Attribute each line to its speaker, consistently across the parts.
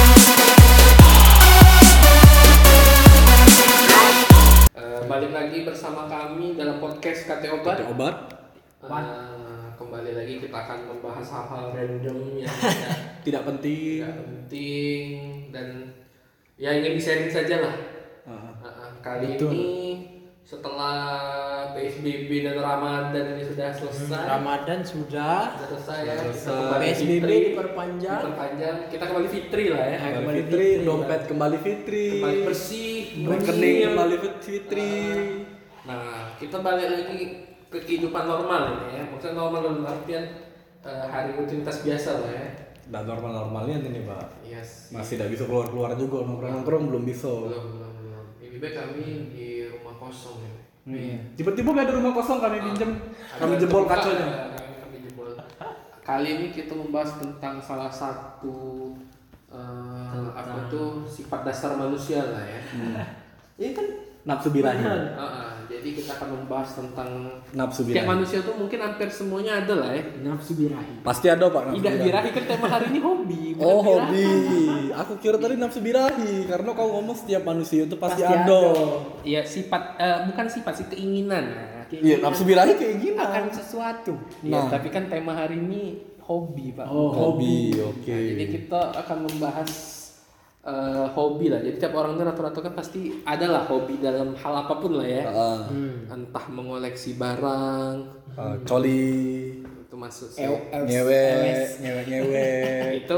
Speaker 1: Eh,
Speaker 2: kabar
Speaker 1: Eh, kembali lagi kita akan membahas hal-hal random yang tidak,
Speaker 2: tidak penting.
Speaker 1: tidak penting dan ya ingin di-sharing saja lah.
Speaker 2: Ah,
Speaker 1: Eh, eh, kali
Speaker 3: Betul.
Speaker 1: ini setelah PSBB dan Ramadan ini sudah selesai,
Speaker 3: Ramadan sudah,
Speaker 1: sudah selesai ya, kita
Speaker 2: Hmm. Selesai.
Speaker 1: kembali
Speaker 3: PSBB
Speaker 1: fitri,
Speaker 3: diperpanjang,
Speaker 1: diperpanjang, kita kembali fitri lah ya,
Speaker 2: kembali
Speaker 3: kembali
Speaker 2: Fitri,
Speaker 3: Fitri,
Speaker 2: dompet kembali Fitri,
Speaker 1: kembali Iya. bersih,
Speaker 2: rekening
Speaker 1: bersih.
Speaker 2: kembali Fitri.
Speaker 1: Nah, kita balik lagi ke kehidupan normal ini ya. Maksudnya normal dalam artian eh, hari rutinitas biasa lah ya.
Speaker 2: Dan normal-normalnya ini pak.
Speaker 1: Yes.
Speaker 2: Masih tidak bisa keluar-keluar juga nongkrong-nongkrong belum bisa.
Speaker 1: Belum, belum, belum. Lebih baik kami di rumah kosong ya.
Speaker 2: Hmm. Tiba-tiba nggak ada rumah kosong kami pinjem, kami
Speaker 1: Ah. Ada
Speaker 2: jebol ya.
Speaker 1: tempat,
Speaker 2: kaconya.
Speaker 1: eh, Kami, kami jebol. Kali ini kita membahas tentang salah satu eh, apa tuh sifat dasar manusia lah ya.
Speaker 2: Hmm.
Speaker 1: Ini kan
Speaker 2: Nafsu birahi,
Speaker 1: eh, eh, jadi kita akan membahas tentang
Speaker 2: nafsu
Speaker 1: setiap
Speaker 2: birahi.
Speaker 1: manusia tuh mungkin hampir semuanya ada lah ya.
Speaker 3: nafsu birahi.
Speaker 2: Pasti ada pak. nafsu
Speaker 1: Tidak birahi kan tema hari ini hobi. bukan
Speaker 2: Oh
Speaker 1: birahi.
Speaker 2: hobi, aku kira tadi nafsu birahi karena kau ngomong setiap manusia itu pasti,
Speaker 3: Pasti
Speaker 2: ada.
Speaker 1: Iya sifat eh, bukan sifat sih keinginan. ya.
Speaker 2: Iya nafsu birahi keinginan.
Speaker 1: akan sesuatu.
Speaker 2: Nah.
Speaker 1: Iya, tapi kan tema hari ini hobi pak.
Speaker 3: Oh,
Speaker 2: hobi, oke.
Speaker 1: Nah, jadi kita akan membahas eh, hobi lah. Jadi tiap orang itu rata-rata kan pasti ada lah hobi dalam hal apapun lah ya.
Speaker 2: Ah,
Speaker 1: Entah mengoleksi barang
Speaker 2: ah, coli,
Speaker 1: itu masuk
Speaker 2: E
Speaker 1: sih.
Speaker 2: nyewe, nyewe, nyewe.
Speaker 1: itu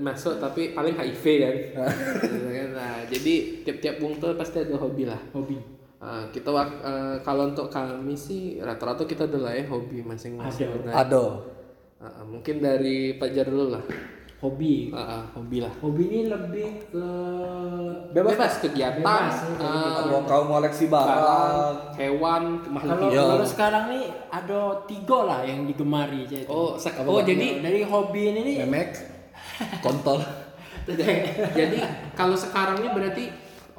Speaker 1: masuk tapi paling HIV kan. Gitu kan. nah, jadi tiap-tiap bung tuh pasti ada hobi lah.
Speaker 3: Hobi.
Speaker 1: Ah, kita wak- eh, kalau untuk kami sih rata-rata kita adalah ya hobi masing-masing. Nah,
Speaker 2: Ada.
Speaker 1: ah, ah, mungkin dari Pajar dulu lah.
Speaker 3: Hobi.
Speaker 1: Ah, ah, hobi lah.
Speaker 3: Hobi ini lebih ke
Speaker 1: Bebas, kegiatan,
Speaker 3: Bebas,
Speaker 1: ah,
Speaker 2: Kalau kau ngoleksi
Speaker 1: barang,
Speaker 2: barang,
Speaker 1: hewan, makhluk
Speaker 3: kalau
Speaker 1: hidup.
Speaker 2: Iya.
Speaker 3: kalau sekarang nih ada tiga lah yang digemari jadi.
Speaker 1: Oh, sak- oh jadi Iya.
Speaker 3: dari hobi ini nih
Speaker 2: memek, kontol.
Speaker 3: Iya.
Speaker 1: jadi kalau sekarang ini berarti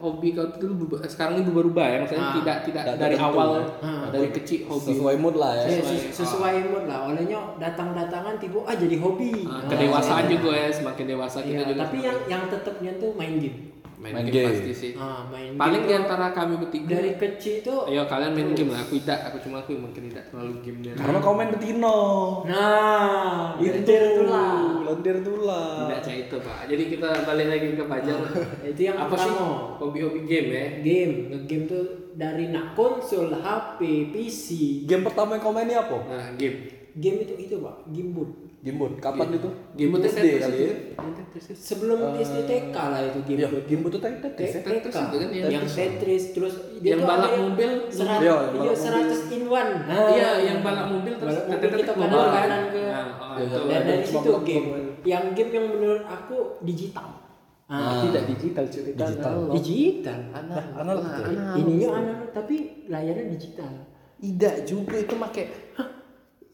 Speaker 1: hobi kau tuh dulu berubah- sekarang ini berubah ya maksudnya
Speaker 3: Ah,
Speaker 1: tidak tidak
Speaker 2: tidak
Speaker 1: dari
Speaker 2: tertentu,
Speaker 1: awal
Speaker 2: ya.
Speaker 3: Ah,
Speaker 1: dari kecil hobi Iya.
Speaker 2: Sesuai mood lah ya.
Speaker 3: ya, ses- sesuai mood lah. Olehnya datang-datangan tiba ah jadi hobi.
Speaker 1: Ah,
Speaker 3: Nah,
Speaker 1: kedewasaan juga ya semakin dewasa kita
Speaker 3: Iya,
Speaker 1: juga
Speaker 3: tapi yang yang tetapnya tuh main game.
Speaker 1: main,
Speaker 2: Main
Speaker 1: game,
Speaker 2: game.
Speaker 1: pasti sih
Speaker 3: Ah, main
Speaker 1: paling
Speaker 3: game
Speaker 1: di
Speaker 3: tuh
Speaker 1: antara kami bertiga
Speaker 3: dari kecil tuh
Speaker 1: Ayo kalian main game lah, aku tidak, aku cuma aku mungkin tidak terlalu game dan
Speaker 2: Karena kau main betino.
Speaker 3: Nah, itu itulah.
Speaker 2: lendir tulang.
Speaker 1: tidak cah itu pak. Jadi kita balik lagi ke Fajar.
Speaker 3: Itu yang
Speaker 1: Apa sih
Speaker 3: pertama.
Speaker 1: hobi-hobi game ya?
Speaker 3: Game, game tuh dari nak konsol, HP, PC.
Speaker 2: Game pertama yang kau main ini apa?
Speaker 1: Nah game.
Speaker 3: Game itu itu pak, game boot.
Speaker 2: Game boot. Kapan itu?
Speaker 1: Game itu
Speaker 2: SD kali ya.
Speaker 3: Sebelum
Speaker 1: Eh,
Speaker 3: SD TK lah itu game
Speaker 1: ya,
Speaker 2: Iya,
Speaker 3: boot.
Speaker 2: game boot itu tadi tadi.
Speaker 3: Te-
Speaker 1: Tetris itu kan ya?
Speaker 3: yang Tetris terus
Speaker 1: Yang balap mobil,
Speaker 2: iya,
Speaker 3: serat, iya,
Speaker 2: yang balap
Speaker 3: 100 in one.
Speaker 1: Iya, yang balap mobil terus
Speaker 3: Nah. balap mobil
Speaker 1: tetet-tetet
Speaker 3: kita
Speaker 1: keluar
Speaker 3: kanan
Speaker 1: kan?
Speaker 3: kanan ke.
Speaker 1: Nah, oh, itu.
Speaker 3: dan
Speaker 2: ada
Speaker 3: dari
Speaker 2: cuma
Speaker 3: situ
Speaker 2: blok-blok
Speaker 3: game.
Speaker 2: doang.
Speaker 3: Yang game yang menurut aku digital. Ah,
Speaker 1: Tidak digital cuy. Digital.
Speaker 3: digital.
Speaker 1: Analog.
Speaker 3: Nah, Ininya analog tapi layarnya digital.
Speaker 1: Tidak juga itu make. Hah?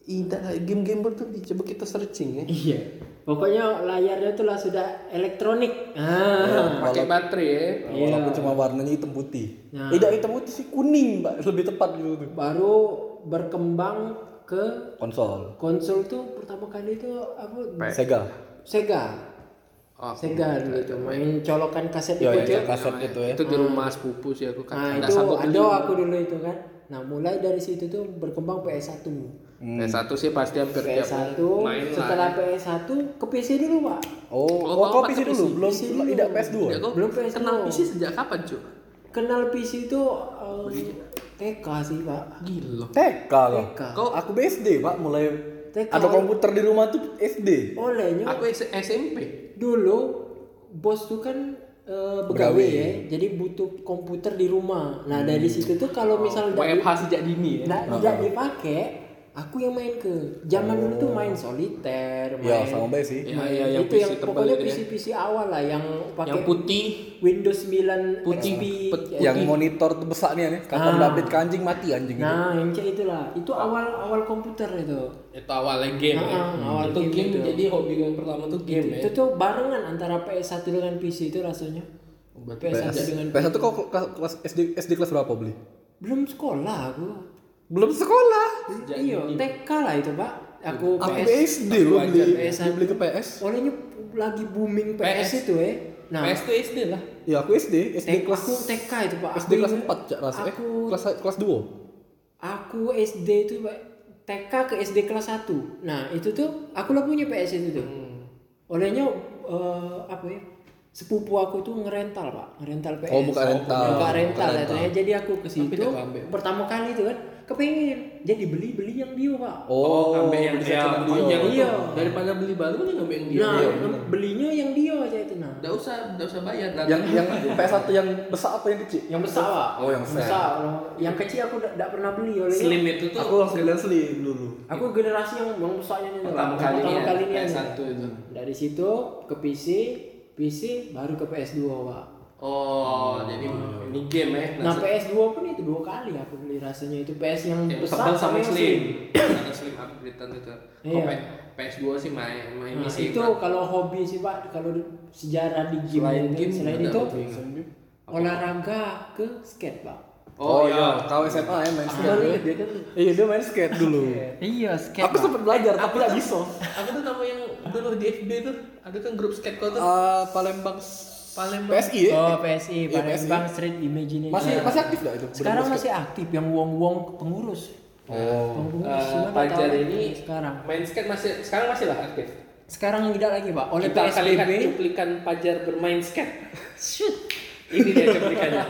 Speaker 1: Tidak game-game tuh coba kita searching ya.
Speaker 3: Iya. Pokoknya layarnya itu lah sudah elektronik.
Speaker 1: Nah.
Speaker 3: Ah.
Speaker 1: Pakai baterai ya.
Speaker 2: Walaupun cuma warnanya hitam putih.
Speaker 3: Nah.
Speaker 2: Tidak hitam putih sih kuning, Mbak. Lebih tepat gitu tuh.
Speaker 3: Baru berkembang ke
Speaker 2: Konsol.
Speaker 3: konsol tuh pertama kali itu apa?
Speaker 2: Sega.
Speaker 3: Sega.
Speaker 1: Oh,
Speaker 3: Sega dulu tuh main colokan kaset
Speaker 2: Yo,
Speaker 3: Iya, itu.
Speaker 2: ya, kaset itu ya.
Speaker 1: Itu di rumah sepupu sih aku
Speaker 3: Hmm. Nah,
Speaker 1: kan. Tidak
Speaker 3: itu
Speaker 1: sanggup
Speaker 3: ada aku dulu itu kan. Nah, mulai dari situ tuh berkembang PS1.
Speaker 1: PS1 sih pasti hampir tiap
Speaker 3: PS1
Speaker 1: main lah.
Speaker 2: ya.
Speaker 3: setelah PS1 ke PC dulu, Pak.
Speaker 2: Oh,
Speaker 1: Oh,
Speaker 2: oh,
Speaker 1: kau
Speaker 2: kau PC
Speaker 1: pakai
Speaker 2: dulu,
Speaker 1: PC.
Speaker 2: belum
Speaker 3: PC
Speaker 2: belum-
Speaker 3: dulu.
Speaker 2: tidak PS2.
Speaker 1: Ya, kok
Speaker 3: Belum PS2.
Speaker 1: kenal PC sejak kapan cuy?
Speaker 3: Kenal PC itu um, TK sih, Pak.
Speaker 1: Gila.
Speaker 2: TK loh.
Speaker 3: TK.
Speaker 1: Kau-
Speaker 2: Aku BSD, Pak, mulai
Speaker 3: TK.
Speaker 2: ada komputer di rumah tuh SD.
Speaker 3: Olehnya
Speaker 1: Aku S- SMP.
Speaker 3: dulu bos tuh kan eh, begawe,
Speaker 2: Begawe.
Speaker 3: ya jadi butuh komputer di rumah nah dari
Speaker 2: Hmm.
Speaker 3: situ tuh kalau misal
Speaker 1: WFH Oh, sejak dini ya.
Speaker 3: tidak Nah, tidak dipakai aku yang main ke zaman dulu tuh main soliter
Speaker 2: Ya,
Speaker 3: main Iya,
Speaker 2: sama B sih.
Speaker 1: Ya,
Speaker 3: main-
Speaker 1: ya, yang
Speaker 3: itu
Speaker 1: PC
Speaker 3: yang
Speaker 1: tebal
Speaker 3: pokoknya
Speaker 1: itu ya.
Speaker 3: PC PC awal lah yang
Speaker 1: Yang
Speaker 3: pakai
Speaker 1: putih
Speaker 3: Windows 9
Speaker 1: Putih,
Speaker 3: XP
Speaker 1: putih.
Speaker 2: Yang monitor tuh besar nih aneh. Kapan
Speaker 3: iya. Ah.
Speaker 2: dapat kancing mati anjing itu.
Speaker 3: nah yang kayak itulah itu awal awal komputer itu
Speaker 1: itu awalnya game ya.
Speaker 3: Ah, awal
Speaker 1: itu
Speaker 3: game
Speaker 1: game,
Speaker 3: itu.
Speaker 1: jadi hobi gue yang pertama tuh game ya.
Speaker 3: itu tuh barengan antara PS1 dengan PC itu rasanya PS1 dengan
Speaker 2: PS1 kau ke- ke- kelas SD SD kelas berapa beli?
Speaker 3: belum sekolah aku
Speaker 2: Belum sekolah.
Speaker 3: iya TK lah itu pak aku
Speaker 2: Aku
Speaker 1: ya?
Speaker 3: PS
Speaker 2: BSD lo
Speaker 1: wajar, ya.
Speaker 2: beli.
Speaker 3: PS1.
Speaker 2: dia Beli ke PS.
Speaker 3: olehnya lagi booming PS,
Speaker 1: PS.
Speaker 3: itu eh nah
Speaker 1: PS tuh SD lah.
Speaker 2: Ya aku SD,
Speaker 3: TK,
Speaker 2: SD kelas
Speaker 3: aku TK itu pak
Speaker 2: SD kelas
Speaker 3: Aku
Speaker 4: Eh,
Speaker 3: ingat
Speaker 2: 4 cak rasa eh
Speaker 3: aku
Speaker 2: kelas kelas 2.
Speaker 3: aku SD itu pak TK ke SD kelas 1 nah itu tuh aku lah punya PS itu tuh olehnya eh, apa ya sepupu aku tuh ngerental pak ngerental PS
Speaker 4: Oh, bukan rental.
Speaker 3: buka rental,
Speaker 4: Bukan rental.
Speaker 3: katanya. jadi aku ke situ
Speaker 1: dia keambil.
Speaker 3: pertama kali tuh kan kepengen jadi beli beli yang dia pak
Speaker 4: Oh,
Speaker 1: ngambil yang
Speaker 4: beli
Speaker 1: ya,
Speaker 4: satu ngambil.
Speaker 1: punya
Speaker 3: Iya.
Speaker 1: gitu. daripada beli baru mending ngambil yang dia. Iya.
Speaker 3: nah belinya yang dia aja itu nah
Speaker 1: Enggak usah, enggak usah bayar. Nah,
Speaker 4: Yang yang PS1 yang besar apa yang kecil?
Speaker 3: yang besar pak
Speaker 4: Oh, yang besar.
Speaker 3: yang kecil aku tidak pernah beli olehnya
Speaker 1: slim itu tuh
Speaker 4: Aku langsung lihat slim dulu.
Speaker 3: aku generasi yang yang besarnya ini tuh,
Speaker 1: pertama
Speaker 3: Pak.
Speaker 1: kali
Speaker 3: pertama kali ini
Speaker 1: PS1 itu.
Speaker 3: dari situ ke PC PC baru ke PS2 pak
Speaker 1: Oh, jadi ini game ya.
Speaker 3: Nah, PS2 pun itu dua kali aku beli rasanya itu PS yang
Speaker 1: yang
Speaker 3: besar
Speaker 1: tebal sama
Speaker 3: yang
Speaker 1: slim. Ada slim upgrade itu. Kok
Speaker 3: Iya.
Speaker 1: P- PS2 sih main main ini
Speaker 3: Nah,
Speaker 1: sih.
Speaker 3: itu kalau hobi sih Pak, kalau di- sejarah di game
Speaker 1: Selain
Speaker 3: itu,
Speaker 1: game,
Speaker 3: selain
Speaker 1: ada
Speaker 3: itu
Speaker 1: apa lagi?
Speaker 3: olahraga ke skate Pak.
Speaker 4: Oh, iya, kau SMA ya main skate. Dia kan Iya, dia main skate dulu.
Speaker 2: Iya, skate.
Speaker 4: Aku sempat belajar tapi nggak bisa.
Speaker 1: Aku tuh sama yang dulu di FB tuh ada kan grup skate kau tuh
Speaker 4: Eh, Palembang
Speaker 1: Palembang.
Speaker 4: PSI ya?
Speaker 3: Oh, PSI,
Speaker 4: Iya, PSI.
Speaker 3: Palembang Street Imagination.
Speaker 4: Masih masih aktif enggak itu?
Speaker 3: sekarang masih aktif yang wong-wong pengurus.
Speaker 4: Oh.
Speaker 3: Wong pengurus
Speaker 1: Eh,
Speaker 3: gimana
Speaker 1: Pajar
Speaker 3: tahu ya,
Speaker 1: ini
Speaker 3: sekarang.
Speaker 1: main skate masih sekarang masih lah aktif.
Speaker 3: Sekarang tidak lagi Pak, oleh
Speaker 1: Kita akan lihat
Speaker 3: PSBB.
Speaker 1: cuplikan Pajar bermain skate. Ini dia cuplikannya.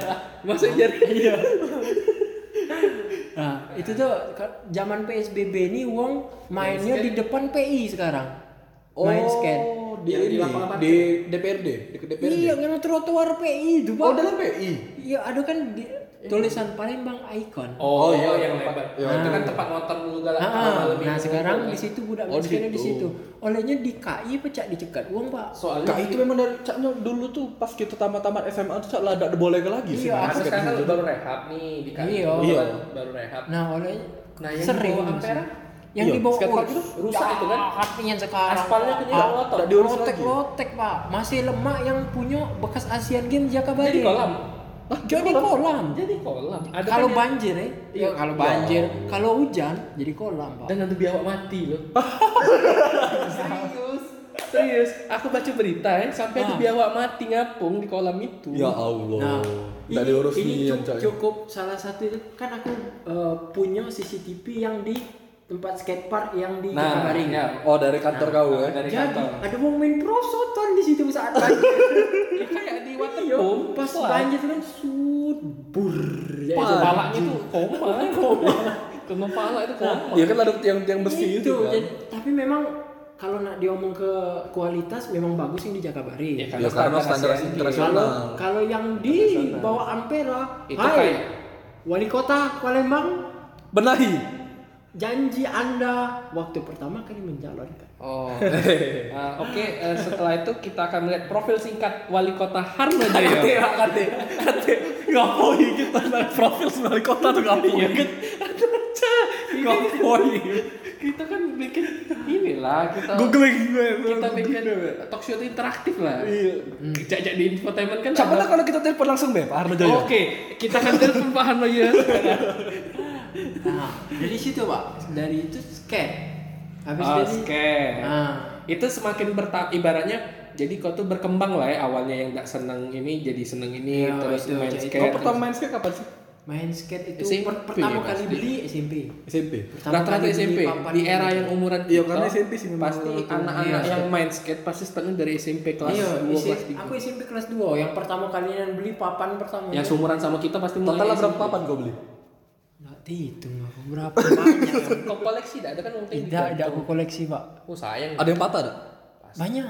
Speaker 1: Masuk jari.
Speaker 3: Iya. Nah, itu tuh ke- zaman PSBB ini wong mainnya di depan PI sekarang. Main skate.
Speaker 4: Oh, di
Speaker 1: Yang di
Speaker 4: ini,
Speaker 1: lapangan
Speaker 4: di DPRD, di DPRD.
Speaker 3: Iya, yang trotoar PI itu, Pak.
Speaker 4: Oh, dalam PI.
Speaker 3: Iya, ada kan di- tulisan Palembang Icon.
Speaker 1: Oh,
Speaker 4: iya,
Speaker 1: yang
Speaker 4: tempat-
Speaker 1: lebar.
Speaker 4: iya.
Speaker 1: Itu kan tempat motor dulu galak
Speaker 3: Ah,
Speaker 1: kalau malam
Speaker 3: nah
Speaker 1: minggu.
Speaker 3: sekarang di situ budak
Speaker 4: Oh,
Speaker 3: main
Speaker 4: di
Speaker 3: skate di
Speaker 4: situ.
Speaker 3: situ. Olehnya di KI pecah dicegat uang, Pak.
Speaker 1: soalnya
Speaker 4: Kak itu memang dari caknya dulu tuh pas kita tamat-tamat SMA tuh cak lah ada boleh lagi sih.
Speaker 3: Iya,
Speaker 4: main
Speaker 1: Nah,
Speaker 4: skate.
Speaker 1: sekarang kan baru rehab nih di KI.
Speaker 3: Iya.
Speaker 4: Iya.
Speaker 1: Baru rehab.
Speaker 3: Nah, oleh
Speaker 1: Nah, yang
Speaker 3: sering
Speaker 1: dibawa Ampera?
Speaker 3: yang
Speaker 4: Iya,
Speaker 3: dibawa
Speaker 4: skatepark
Speaker 3: Urs.
Speaker 4: itu
Speaker 1: rusak itu kan?
Speaker 3: Hatinya sekarang. Ah,
Speaker 1: Aspalnya kan jadi lotok.
Speaker 3: lotek.
Speaker 4: Diurus
Speaker 3: Lotek,
Speaker 4: lagi.
Speaker 3: lotek, Pak. Masih lemak yang punya bekas Asian Games
Speaker 1: Jadi
Speaker 3: Jakabaring.
Speaker 1: kolam.
Speaker 3: Hah, Ah, jadi kolam.
Speaker 1: Jadi kolam. Ada
Speaker 3: Kalau
Speaker 1: kan yang-
Speaker 3: banjir ya? Iya, kalau banjir. Kalau hujan jadi kolam, Pak. Oh,
Speaker 1: dan nanti biawak mati loh. Serius. Serius, aku baca berita ya, sampai itu
Speaker 3: Ah.
Speaker 1: biawak mati ngapung di kolam itu.
Speaker 4: Ya Allah.
Speaker 3: Nah,
Speaker 4: Enggak diurus
Speaker 3: ini
Speaker 4: nih
Speaker 3: cu- cukup salah satu itu kan aku eh, punya CCTV yang di tempat skatepark yang di
Speaker 1: Nah,
Speaker 3: Jakabaring.
Speaker 1: ya.
Speaker 4: Oh, dari kantor
Speaker 3: Nah,
Speaker 4: kau ya.
Speaker 1: Dari
Speaker 3: Jadi
Speaker 1: kantor.
Speaker 3: ada wong main prosotan di situ saat banjir.
Speaker 1: Ya, kayak di
Speaker 3: Iya,
Speaker 1: waterboom
Speaker 3: pas banjir tuh kan sud bur. Ya, itu
Speaker 4: Wah.
Speaker 3: balak.
Speaker 1: palanya tuh koma,
Speaker 4: eh,
Speaker 1: koma. Kena pala itu koma.
Speaker 4: Iya kan ada tiang-tiang besi itu,
Speaker 3: Itu,
Speaker 4: kan.
Speaker 3: Gitu, jadi, tapi memang kalau nak diomong ke kualitas memang bagus yang di Jakabaring.
Speaker 1: Ya,
Speaker 4: Ya karena standar
Speaker 1: Asian
Speaker 4: internasional.
Speaker 3: Kalau kalau yang di bawah Ampera,
Speaker 1: Itu
Speaker 3: hai,
Speaker 1: kayak-
Speaker 3: wali kota Palembang,
Speaker 4: Benahi.
Speaker 3: janji Anda waktu pertama kali mencalonkan.
Speaker 1: Oh, Ah, oke. eh, setelah itu kita akan melihat profil singkat wali kota Harmajaya.
Speaker 4: kate, kate, ngapoi kita naik profil sebagai kota tuh
Speaker 1: Iya.
Speaker 4: ngapoi kan? Ngapoi.
Speaker 1: kita kan bikin inilah kita
Speaker 4: Googling gue.
Speaker 1: kita bikin talk show itu interaktif lah.
Speaker 4: Iya.
Speaker 1: Jajak di infotainment kan.
Speaker 4: Siapa
Speaker 1: ada-
Speaker 4: lah kalau kita telepon langsung deh, Pak Arno
Speaker 1: Oke,
Speaker 4: Jaya.
Speaker 1: kita akan ya. telepon Pak Harmajaya. sekarang.
Speaker 3: Nah, dari situ pak, Ah, dari itu skate. Habis
Speaker 1: Oh,
Speaker 3: dari
Speaker 1: scam.
Speaker 3: Nah.
Speaker 1: Itu semakin bertahap ibaratnya jadi kau tuh berkembang lah ya awalnya yang nggak seneng ini jadi seneng ini
Speaker 3: Iya,
Speaker 1: terus
Speaker 3: itu,
Speaker 1: main
Speaker 3: jadi-
Speaker 1: skate.
Speaker 4: Kau pertama main skate kapan sih?
Speaker 3: main skate itu
Speaker 1: SMP,
Speaker 3: per- pertama kali
Speaker 1: pasti.
Speaker 3: beli SMP.
Speaker 4: SMP.
Speaker 3: Pertama
Speaker 1: rata-rata
Speaker 3: kali beli
Speaker 1: SMP
Speaker 3: papan gitu.
Speaker 1: di
Speaker 3: ini.
Speaker 1: era yang umuran
Speaker 4: Iya,
Speaker 1: kita,
Speaker 4: karena SMP sih memang
Speaker 1: pasti
Speaker 4: orang tua.
Speaker 1: anak-anak
Speaker 4: Iya.
Speaker 1: yang main skate pasti startnya dari SMP kelas
Speaker 3: Iya,
Speaker 1: 2
Speaker 3: isi-
Speaker 1: kelas
Speaker 3: aku SMP kelas 2 yang pertama kali yang beli papan pertama.
Speaker 1: 3 yang seumuran sama kita pasti mulai
Speaker 4: Totalnya berapa papan kau beli?
Speaker 3: Nggak dihitung aku berapa banyak.
Speaker 1: kok koleksi tidak ada kan uang
Speaker 3: tidak, tidak aku koleksi pak.
Speaker 1: oh sayang
Speaker 4: Ada yang patah enggak?
Speaker 3: Banyak.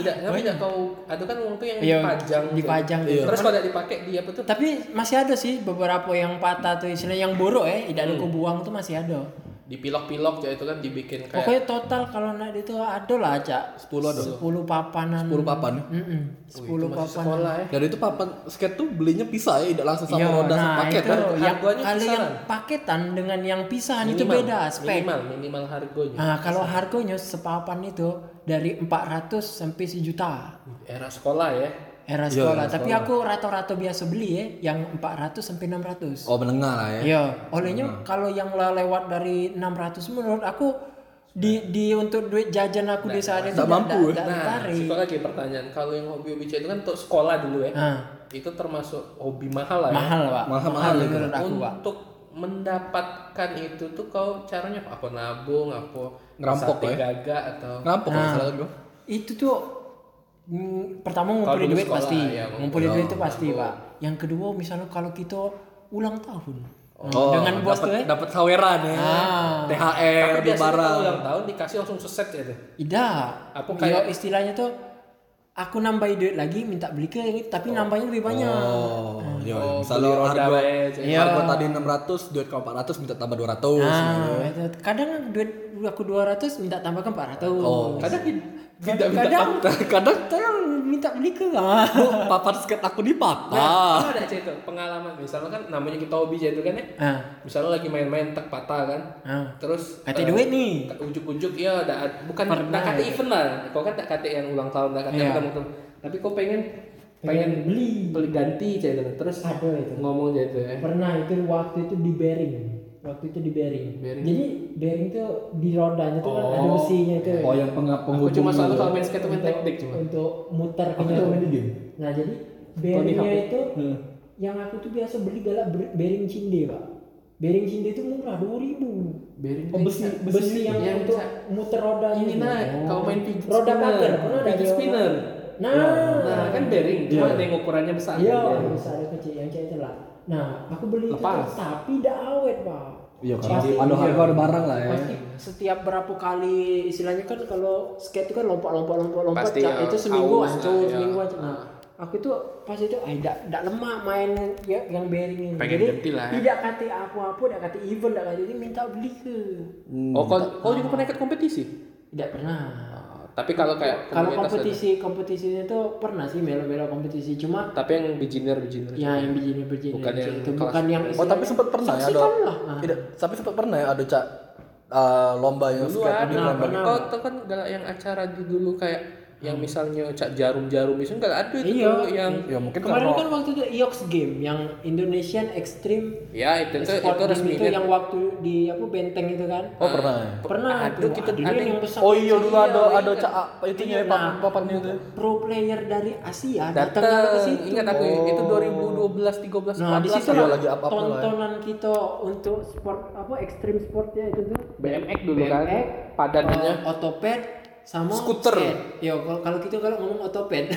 Speaker 1: tidak tapi tidak kau ada kan uang tuh yang
Speaker 3: Iya,
Speaker 1: dipajang
Speaker 3: dipajang
Speaker 1: tuh.
Speaker 3: gitu.
Speaker 1: terus kalau tidak dipakai dia apa tuh
Speaker 3: Tapi masih ada sih beberapa yang patah tuh istilahnya yang borok ya, tidak ada
Speaker 1: Hmm.
Speaker 3: aku buang tuh masih ada.
Speaker 1: dipilok-pilok ya itu kan dibikin kayak
Speaker 3: Pokoknya total kalau nak itu ada lah cak.
Speaker 4: 10 ada.
Speaker 3: 10 papanan.
Speaker 4: 10 papan.
Speaker 3: Mm-mm, 10 papanan.
Speaker 1: sekolah ya
Speaker 4: Dan itu papan skate tuh belinya pisah ya, tidak langsung sama
Speaker 3: Iya,
Speaker 4: roda
Speaker 3: nah,
Speaker 4: sepaket
Speaker 3: itu
Speaker 4: kan?
Speaker 3: yang
Speaker 1: harganya
Speaker 3: kalau yang
Speaker 1: kisaran.
Speaker 3: paketan dengan yang pisahan itu
Speaker 1: Minimal,
Speaker 3: beda spek.
Speaker 1: minimal minimal harganya
Speaker 3: Nah, kalau harganya sepapan itu dari 400 sampai sejuta
Speaker 1: era sekolah ya
Speaker 3: era sekolah. Tapi aku rata-rata biasa beli ya yang 400 sampai 600.
Speaker 4: Oh menengah lah ya.
Speaker 3: Iya, olehnya kalau yang le- lewat dari 600 menurut aku di di untuk duit jajan aku di saat itu
Speaker 4: nggak mampu ya.
Speaker 3: nggak
Speaker 1: nah
Speaker 3: ditarik.
Speaker 1: sekolah lagi pertanyaan kalau yang hobi hobi itu kan untuk sekolah dulu ya
Speaker 3: Ah,
Speaker 1: itu termasuk hobi mahal lah ya
Speaker 3: mahal, Pak.
Speaker 4: Mahal- mahal itu.
Speaker 3: menurut aku, Pak.
Speaker 1: untuk mendapatkan itu tuh kau caranya apa? Apa nabung, apa
Speaker 2: Ngerampok
Speaker 1: sate
Speaker 2: lah ya.
Speaker 1: gagak atau
Speaker 2: Ngerampok
Speaker 3: Nah.
Speaker 2: nah. salah
Speaker 4: kan,
Speaker 2: gua.
Speaker 3: itu tuh mm, pertama
Speaker 1: Kalau
Speaker 3: ngumpulin
Speaker 1: dulu
Speaker 3: duit
Speaker 1: sekolah,
Speaker 3: pasti
Speaker 1: ya,
Speaker 3: ngumpulin
Speaker 1: ngumpulin
Speaker 3: duit itu
Speaker 1: uang,
Speaker 3: pasti
Speaker 1: ngumpul.
Speaker 3: pak yang kedua misalnya kalau kita ulang tahun Nah,
Speaker 2: Oh,
Speaker 3: dengan bos tuh
Speaker 2: dapat
Speaker 3: ya
Speaker 2: dapat saweran ya.
Speaker 3: Ah.
Speaker 2: THR
Speaker 1: Tapi biasanya
Speaker 2: lebaran.
Speaker 1: kalau ulang tahun dikasih langsung seset ya deh.
Speaker 3: tidak
Speaker 1: Apa
Speaker 3: aku
Speaker 1: kayak-
Speaker 3: istilahnya tuh aku nambahin duit lagi minta beli ke tapi nambahnya lebih banyak
Speaker 2: Oh, iya.
Speaker 1: Oh,
Speaker 2: Misalnya
Speaker 1: beli
Speaker 2: harga,
Speaker 1: roda aja.
Speaker 3: Iya.
Speaker 2: harga tadi 600, duit kau 400 minta tambah 200. gitu.
Speaker 1: Ah.
Speaker 3: Nah, itu. eh, kadang duit aku 200 minta tambahkan 400.
Speaker 2: Oh,
Speaker 1: Kadang
Speaker 3: Kadang-
Speaker 1: tidak minta
Speaker 3: kadang-
Speaker 2: Kan, Kadang
Speaker 3: kadang minta beli ke ah.
Speaker 2: Bu, papan skate aku
Speaker 3: Nah,
Speaker 2: dipatah.
Speaker 1: Lu Nah, ada cerita pengalaman misalnya kan namanya kita hobi aja itu kan ya.
Speaker 3: Ah,
Speaker 1: Misalnya lagi main-main tek patah kan.
Speaker 3: ah.
Speaker 1: Terus
Speaker 3: Kata
Speaker 1: eh,
Speaker 3: duit nih.
Speaker 1: ujuk-ujuk ya ada bukan
Speaker 3: Pernah. ya.
Speaker 1: tak kata event lah. Kau kan tak kata yang ulang tahun tak kata
Speaker 3: Iya.
Speaker 1: ketemu ketemu. Tapi kau pengen pengen
Speaker 3: beli.
Speaker 1: beli ganti cerita terus
Speaker 3: Ada itu.
Speaker 1: ngomong aja itu ya.
Speaker 3: Pernah itu waktu itu di bearing. Waktu itu di bearing.
Speaker 1: Bearing.
Speaker 3: Jadi bearing itu di rodanya itu
Speaker 1: Oh.
Speaker 3: kan ada besinya itu.
Speaker 2: Oh, yang pengap
Speaker 1: Aku cuma selalu kalau main skate main teknik cuma.
Speaker 3: Untuk muter
Speaker 2: Aku tuh main di game.
Speaker 3: Nah, jadi
Speaker 1: Tony
Speaker 3: bearingnya
Speaker 1: Hawk.
Speaker 3: itu
Speaker 2: Nah,
Speaker 3: yang aku tuh biasa beli galak ber- bearing cinde, Pak. Bearing cinde itu murah 2000.
Speaker 1: Bearing
Speaker 2: Oh, besi
Speaker 1: bisa.
Speaker 2: besi, Oh.
Speaker 3: besi yang,
Speaker 1: yang
Speaker 3: untuk
Speaker 1: Iya, bisa.
Speaker 3: muter roda
Speaker 1: Ini
Speaker 3: gitu.
Speaker 1: nah,
Speaker 3: Oh.
Speaker 1: kalau main fidget
Speaker 3: roda
Speaker 1: spinner.
Speaker 3: putter pernah ada
Speaker 1: Fidget
Speaker 3: yang-
Speaker 1: spinner.
Speaker 3: nah,
Speaker 1: Nah, kan bearing cuma ada yang ukurannya besar.
Speaker 3: iya
Speaker 1: Bearing.
Speaker 3: yang besar yang kecil yang kecil lah nah aku beli itu
Speaker 1: Lepas.
Speaker 3: tuh, tapi tidak awet pak
Speaker 2: Iya, karena
Speaker 3: Pasti-
Speaker 2: ada harga ada barang lah ya.
Speaker 3: pasti
Speaker 1: Iya.
Speaker 3: setiap berapa kali istilahnya kan kalau skate itu kan lompat lompat lompat lompat
Speaker 1: Pasti
Speaker 3: Cak,
Speaker 1: ya,
Speaker 3: itu seminggu
Speaker 1: haus,
Speaker 3: hancur
Speaker 1: ya.
Speaker 3: seminggu hancur nah, aku itu pas itu ah tidak tidak lemah main ya yang bearing ini
Speaker 1: Pengen ganti lah, ya.
Speaker 3: tidak kata apa-apa tidak kata event tidak kata ini minta beli ke Hmm.
Speaker 1: Oh, kau, kau juga pernah ikut kompetisi? Ah,
Speaker 3: tidak pernah
Speaker 1: Tapi kalau kayak komunitas
Speaker 3: kalau
Speaker 1: ada.
Speaker 3: kompetisi kompetisinya tuh pernah sih melo-melo kompetisi cuma
Speaker 1: tapi yang beginner beginner
Speaker 3: ya yang begini begini
Speaker 1: Bukan yang
Speaker 3: itu
Speaker 1: kelas-
Speaker 3: bukan yang
Speaker 2: Oh, tapi
Speaker 3: istilahnya-
Speaker 2: sempat pernah ya ada.
Speaker 3: saksikan lah Ah.
Speaker 2: Tidak, tapi sempat pernah ya ada cak eh, lomba yang
Speaker 1: dulu
Speaker 2: skate di
Speaker 1: ada
Speaker 2: Palembang.
Speaker 3: pernah.
Speaker 1: kau tuh kan galak yang acara di dulu kayak yang misalnya cak jarum jarum itu nggak ada itu
Speaker 3: Hmm. iya
Speaker 1: tuh yang
Speaker 2: Ya mungkin
Speaker 3: kemarin
Speaker 2: karena
Speaker 3: kan waktu itu IOX game yang Indonesian Extreme
Speaker 1: ya itu itu,
Speaker 3: Sport
Speaker 1: itu
Speaker 3: Game
Speaker 1: resmi
Speaker 3: itu yang waktu di apa benteng itu kan
Speaker 2: Oh, pernah. ya?
Speaker 3: pernah
Speaker 1: ada
Speaker 3: tuh,
Speaker 1: kita ada
Speaker 3: ada yang
Speaker 1: yang
Speaker 3: besar
Speaker 2: Oh iya dulu ada
Speaker 1: iya,
Speaker 2: ada
Speaker 1: iya.
Speaker 2: cak apa itunya
Speaker 3: Iya,
Speaker 2: ya papan
Speaker 3: nah.
Speaker 2: papannya itu.
Speaker 3: pro player dari Asia datang ke
Speaker 1: datang
Speaker 3: situ Oh.
Speaker 1: ingat aku ya, itu 2012 13
Speaker 3: nah di
Speaker 1: 14
Speaker 3: situ
Speaker 2: iya,
Speaker 3: lah
Speaker 2: lagi up-up lah ya.
Speaker 3: tontonan kita untuk sport apa extreme sportnya itu tuh
Speaker 1: BMX dulu kan
Speaker 3: BMX,
Speaker 1: padanannya
Speaker 3: eh, otoped sama
Speaker 1: Skuter.
Speaker 3: skate. Yo, kalau kalau kita kalau ngomong otoped.
Speaker 1: Heeh.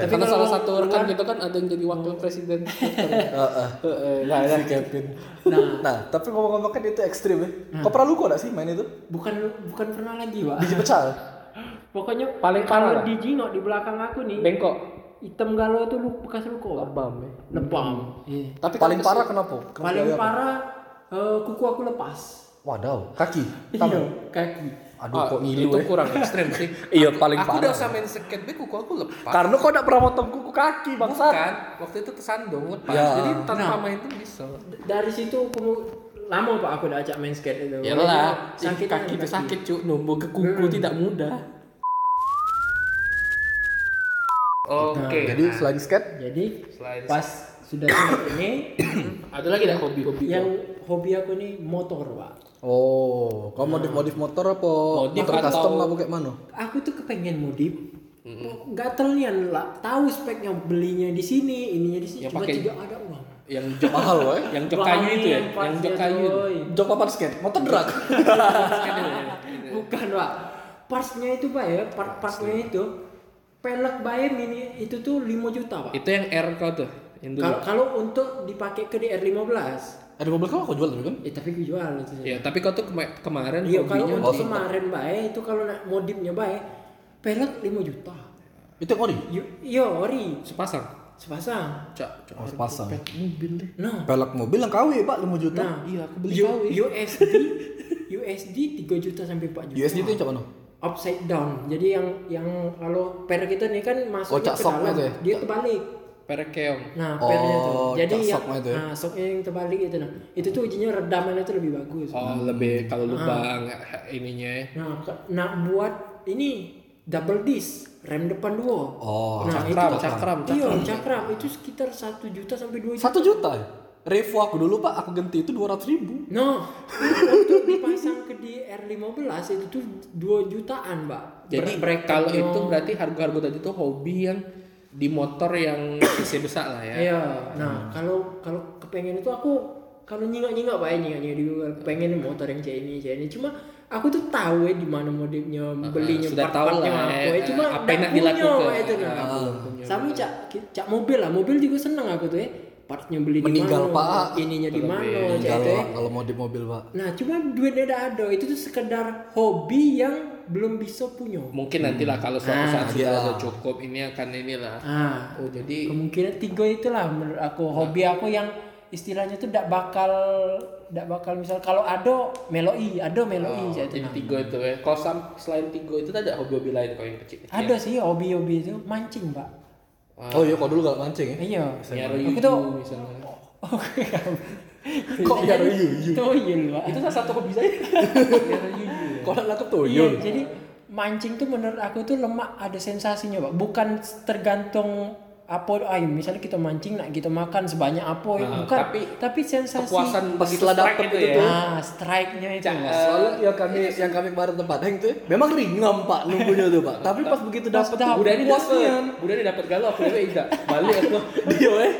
Speaker 1: tapi
Speaker 3: Tapi
Speaker 1: Ah, karena
Speaker 3: kalau
Speaker 1: salah satu rekan
Speaker 3: keluar-
Speaker 1: kita kan ada yang jadi wakil
Speaker 3: Hmm.
Speaker 1: presiden
Speaker 2: Heeh.
Speaker 1: Heeh, nah,
Speaker 2: Si Kevin. Nah, tapi ngomong-ngomong kan itu ekstrim ya. Kau pernah luka gak sih main itu?
Speaker 3: bukan bukan pernah lagi, Pak.
Speaker 2: Biji pecah.
Speaker 3: Pokoknya
Speaker 1: Paling parah
Speaker 3: kalau
Speaker 1: lah.
Speaker 3: di Jino di belakang aku nih,
Speaker 1: bengkok
Speaker 3: hitam galau itu lu bekas luka. Pak.
Speaker 1: lebam ya
Speaker 3: Lebam. Iya.
Speaker 1: tapi
Speaker 2: kan Paling
Speaker 1: kalau
Speaker 2: parah kenapa? Kenapa
Speaker 3: Paling
Speaker 2: dia apa?
Speaker 3: parah eh, kuku aku lepas.
Speaker 2: Wadaw, kaki.
Speaker 3: Iya, kaki.
Speaker 2: Aduh,
Speaker 1: Ah,
Speaker 2: kok ngilu
Speaker 1: itu
Speaker 2: ya.
Speaker 1: kurang ekstrim sih
Speaker 2: Iya, paling
Speaker 1: aku udah
Speaker 2: parah.
Speaker 1: sama main skateboard kuku aku lepas
Speaker 2: Karena kau tidak pernah motong kuku kaki, bangsa.
Speaker 1: kan waktu itu tersandung lepas
Speaker 2: Ya.
Speaker 1: jadi tanpa main tuh bisa
Speaker 3: D- Dari situ aku- lama Pak aku udah ajak main skate itu.
Speaker 1: Yalah,
Speaker 3: sakit
Speaker 1: sakit Ya kaki itu sakit cuk, numbuh ke kuku
Speaker 3: Hmm.
Speaker 1: tidak mudah. Oke.
Speaker 2: Nah,
Speaker 1: Nah,
Speaker 2: Jadi selain skate,
Speaker 3: Jadi
Speaker 1: Selain-
Speaker 3: pas sudah sampai ini
Speaker 1: ada lagi enggak hobi-hobi?
Speaker 3: yang hobi aku nih motor, Pak.
Speaker 2: oh, kau modif-modif motor apa?
Speaker 1: Modif
Speaker 2: motor
Speaker 1: atau-
Speaker 2: custom apa kayak mana?
Speaker 3: aku tuh kepengen modif gatel nih lah tahu speknya belinya di sini ininya di sini
Speaker 1: Ya,
Speaker 3: cuma
Speaker 1: pakai-
Speaker 3: tidak ada uang
Speaker 1: yang jok
Speaker 2: Mahal loh ya.
Speaker 1: yang jok kayu itu ya,
Speaker 3: Bahan
Speaker 1: yang jok
Speaker 3: partsnya,
Speaker 1: kayu.
Speaker 3: coy.
Speaker 2: Jok papan skate, motor drag.
Speaker 1: kan ya.
Speaker 3: bukan pak partsnya itu pak ya part partnya itu pelek bayar mini itu tuh 5 juta pak
Speaker 1: Itu yang R kau tuh, yang dulu.
Speaker 3: kalau kalau untuk dipakai ke DR15
Speaker 2: Ada mobil kau aku jual tapi kan?
Speaker 3: eh tapi gue jual itu
Speaker 2: Iya.
Speaker 1: Ya, tapi kau tuh kema- kemarin
Speaker 3: iya kalau
Speaker 1: hobinya
Speaker 3: untuk kemarin pak ya, itu kalau nak modifnya pak ya, pelek 5 juta
Speaker 2: Itu yang ori.
Speaker 3: Yo- iya ori
Speaker 1: sepasang.
Speaker 3: sepasang
Speaker 1: Cak, cak.
Speaker 2: Oh, sepasang.
Speaker 1: Mobil deh.
Speaker 3: nah
Speaker 2: Pelek mobil yang KW, Pak, 5 juta.
Speaker 3: Nah,
Speaker 1: Iya, aku beli
Speaker 3: U-
Speaker 1: KW.
Speaker 3: USD USD 3 juta sampai 4 juta.
Speaker 2: USD itu yang cak mana?
Speaker 3: upside down. Jadi yang yang kalau per kita nih kan
Speaker 2: Oh,
Speaker 3: masuknya
Speaker 2: cak
Speaker 3: ke
Speaker 2: soknya
Speaker 3: dalam,
Speaker 2: tuh ya?
Speaker 3: dia terbalik.
Speaker 1: Perekeong.
Speaker 3: Nah,
Speaker 2: Oh,
Speaker 3: pernya tuh. Jadi
Speaker 2: cak
Speaker 3: yang
Speaker 2: soknya tuh ya?
Speaker 3: nah, soknya yang terbalik itu nah. Itu tuh ujinya redamannya tuh lebih bagus.
Speaker 1: Oh, lebih kalau lubang eh, ininya ya.
Speaker 3: Nah, ke- nak buat ini double disc, rem depan duo.
Speaker 2: Oh,
Speaker 3: nah,
Speaker 1: cakram,
Speaker 3: itu,
Speaker 1: cakram,
Speaker 3: Iya,
Speaker 1: cakram.
Speaker 3: cakram. Itu sekitar 1 juta sampai 2 juta.
Speaker 2: 1 juta. ya? Review aku dulu, Pak, aku ganti itu 200 ribu.
Speaker 3: Nah, untuk dipasang ke di R15 itu tuh 2 jutaan, Mbak.
Speaker 1: Jadi
Speaker 3: Ber-
Speaker 1: kalau
Speaker 3: bracketnya.
Speaker 1: itu berarti harga-harga tadi itu hobi yang di motor yang cc besar lah ya.
Speaker 4: Hmm.
Speaker 3: Iya. Nah, kalau kalau kepengen itu aku kalau nyingak-nyingak pak ya nyingak-nyingak di Google pengen motor yang kayak ini kayak ini cuma aku tuh tahu ya di mana modelnya belinya
Speaker 4: Ah, sudah tahu
Speaker 3: part-partnya
Speaker 4: lah,
Speaker 3: apa ya
Speaker 4: eh,
Speaker 3: cuma
Speaker 4: apa
Speaker 3: nggak
Speaker 4: yang nak
Speaker 3: punya,
Speaker 4: dilakukan.
Speaker 3: Pak, itu kan.
Speaker 4: Ah.
Speaker 3: sama cak cak mobil lah mobil juga seneng aku tuh ya partnya beli
Speaker 2: Meninggal, Pak.
Speaker 3: di mana ininya di mana
Speaker 1: Iya,
Speaker 3: cak itu ya
Speaker 2: Kalau kalau mau di mobil pak.
Speaker 3: nah cuma duitnya udah ada itu tuh sekedar hobi yang belum bisa punya
Speaker 1: Mungkin nantilah kalau suatu
Speaker 3: Ah,
Speaker 1: saat sudah
Speaker 2: iya.
Speaker 1: ada cukup ini akan inilah.
Speaker 3: ah
Speaker 1: Oh jadi
Speaker 3: kemungkinan tiga itulah menurut aku hobi aku yang istilahnya tuh tidak bakal tidak bakal misal kalau ada meloi ada meloi saya tuh.
Speaker 1: oh, jadi tiga itu ya. Kalau sam- selain tiga itu ada hobi-hobi lain kau yang kecil.
Speaker 3: ada sih hobi-hobi itu mancing pak
Speaker 2: Oh iya, kok dulu gak mancing ya?
Speaker 3: iya
Speaker 1: Nyaro
Speaker 3: aku
Speaker 1: yuyu
Speaker 3: tuh
Speaker 1: misalnya.
Speaker 3: kok
Speaker 2: nyaro yuyu?
Speaker 3: tuyul pak
Speaker 1: Itu salah satu hobi saya. Nyaro yuyu.
Speaker 2: Kok nak nangkep
Speaker 3: iya
Speaker 2: tuyul?
Speaker 3: jadi mancing tuh menurut aku tuh lemak ada sensasinya pak bukan tergantung apa ayo misalnya kita mancing nak kita makan sebanyak apa ya.
Speaker 1: Nah,
Speaker 3: bukan tapi
Speaker 1: tapi
Speaker 3: tapi sensasi
Speaker 1: Kepuasan
Speaker 2: Pas
Speaker 1: begitu
Speaker 2: setelah
Speaker 1: strike
Speaker 2: dapet
Speaker 1: itu
Speaker 2: itu
Speaker 1: ya.
Speaker 2: tuh.
Speaker 3: ah strike-nya itu
Speaker 1: Cak-
Speaker 3: Pak.
Speaker 2: Eh, Soalnya yang kami
Speaker 1: Iya,
Speaker 2: yang kami kemarin tempat hang tuh memang ringan pak nunggunya tuh pak. Tapi pas begitu
Speaker 3: Pas
Speaker 2: dapat
Speaker 3: dapet.
Speaker 1: Budak ini
Speaker 2: puasnya.
Speaker 1: dapat, budak ini dapat galau, aku dewe enggak. Balik aku.
Speaker 2: Dia weh, Iya, eh.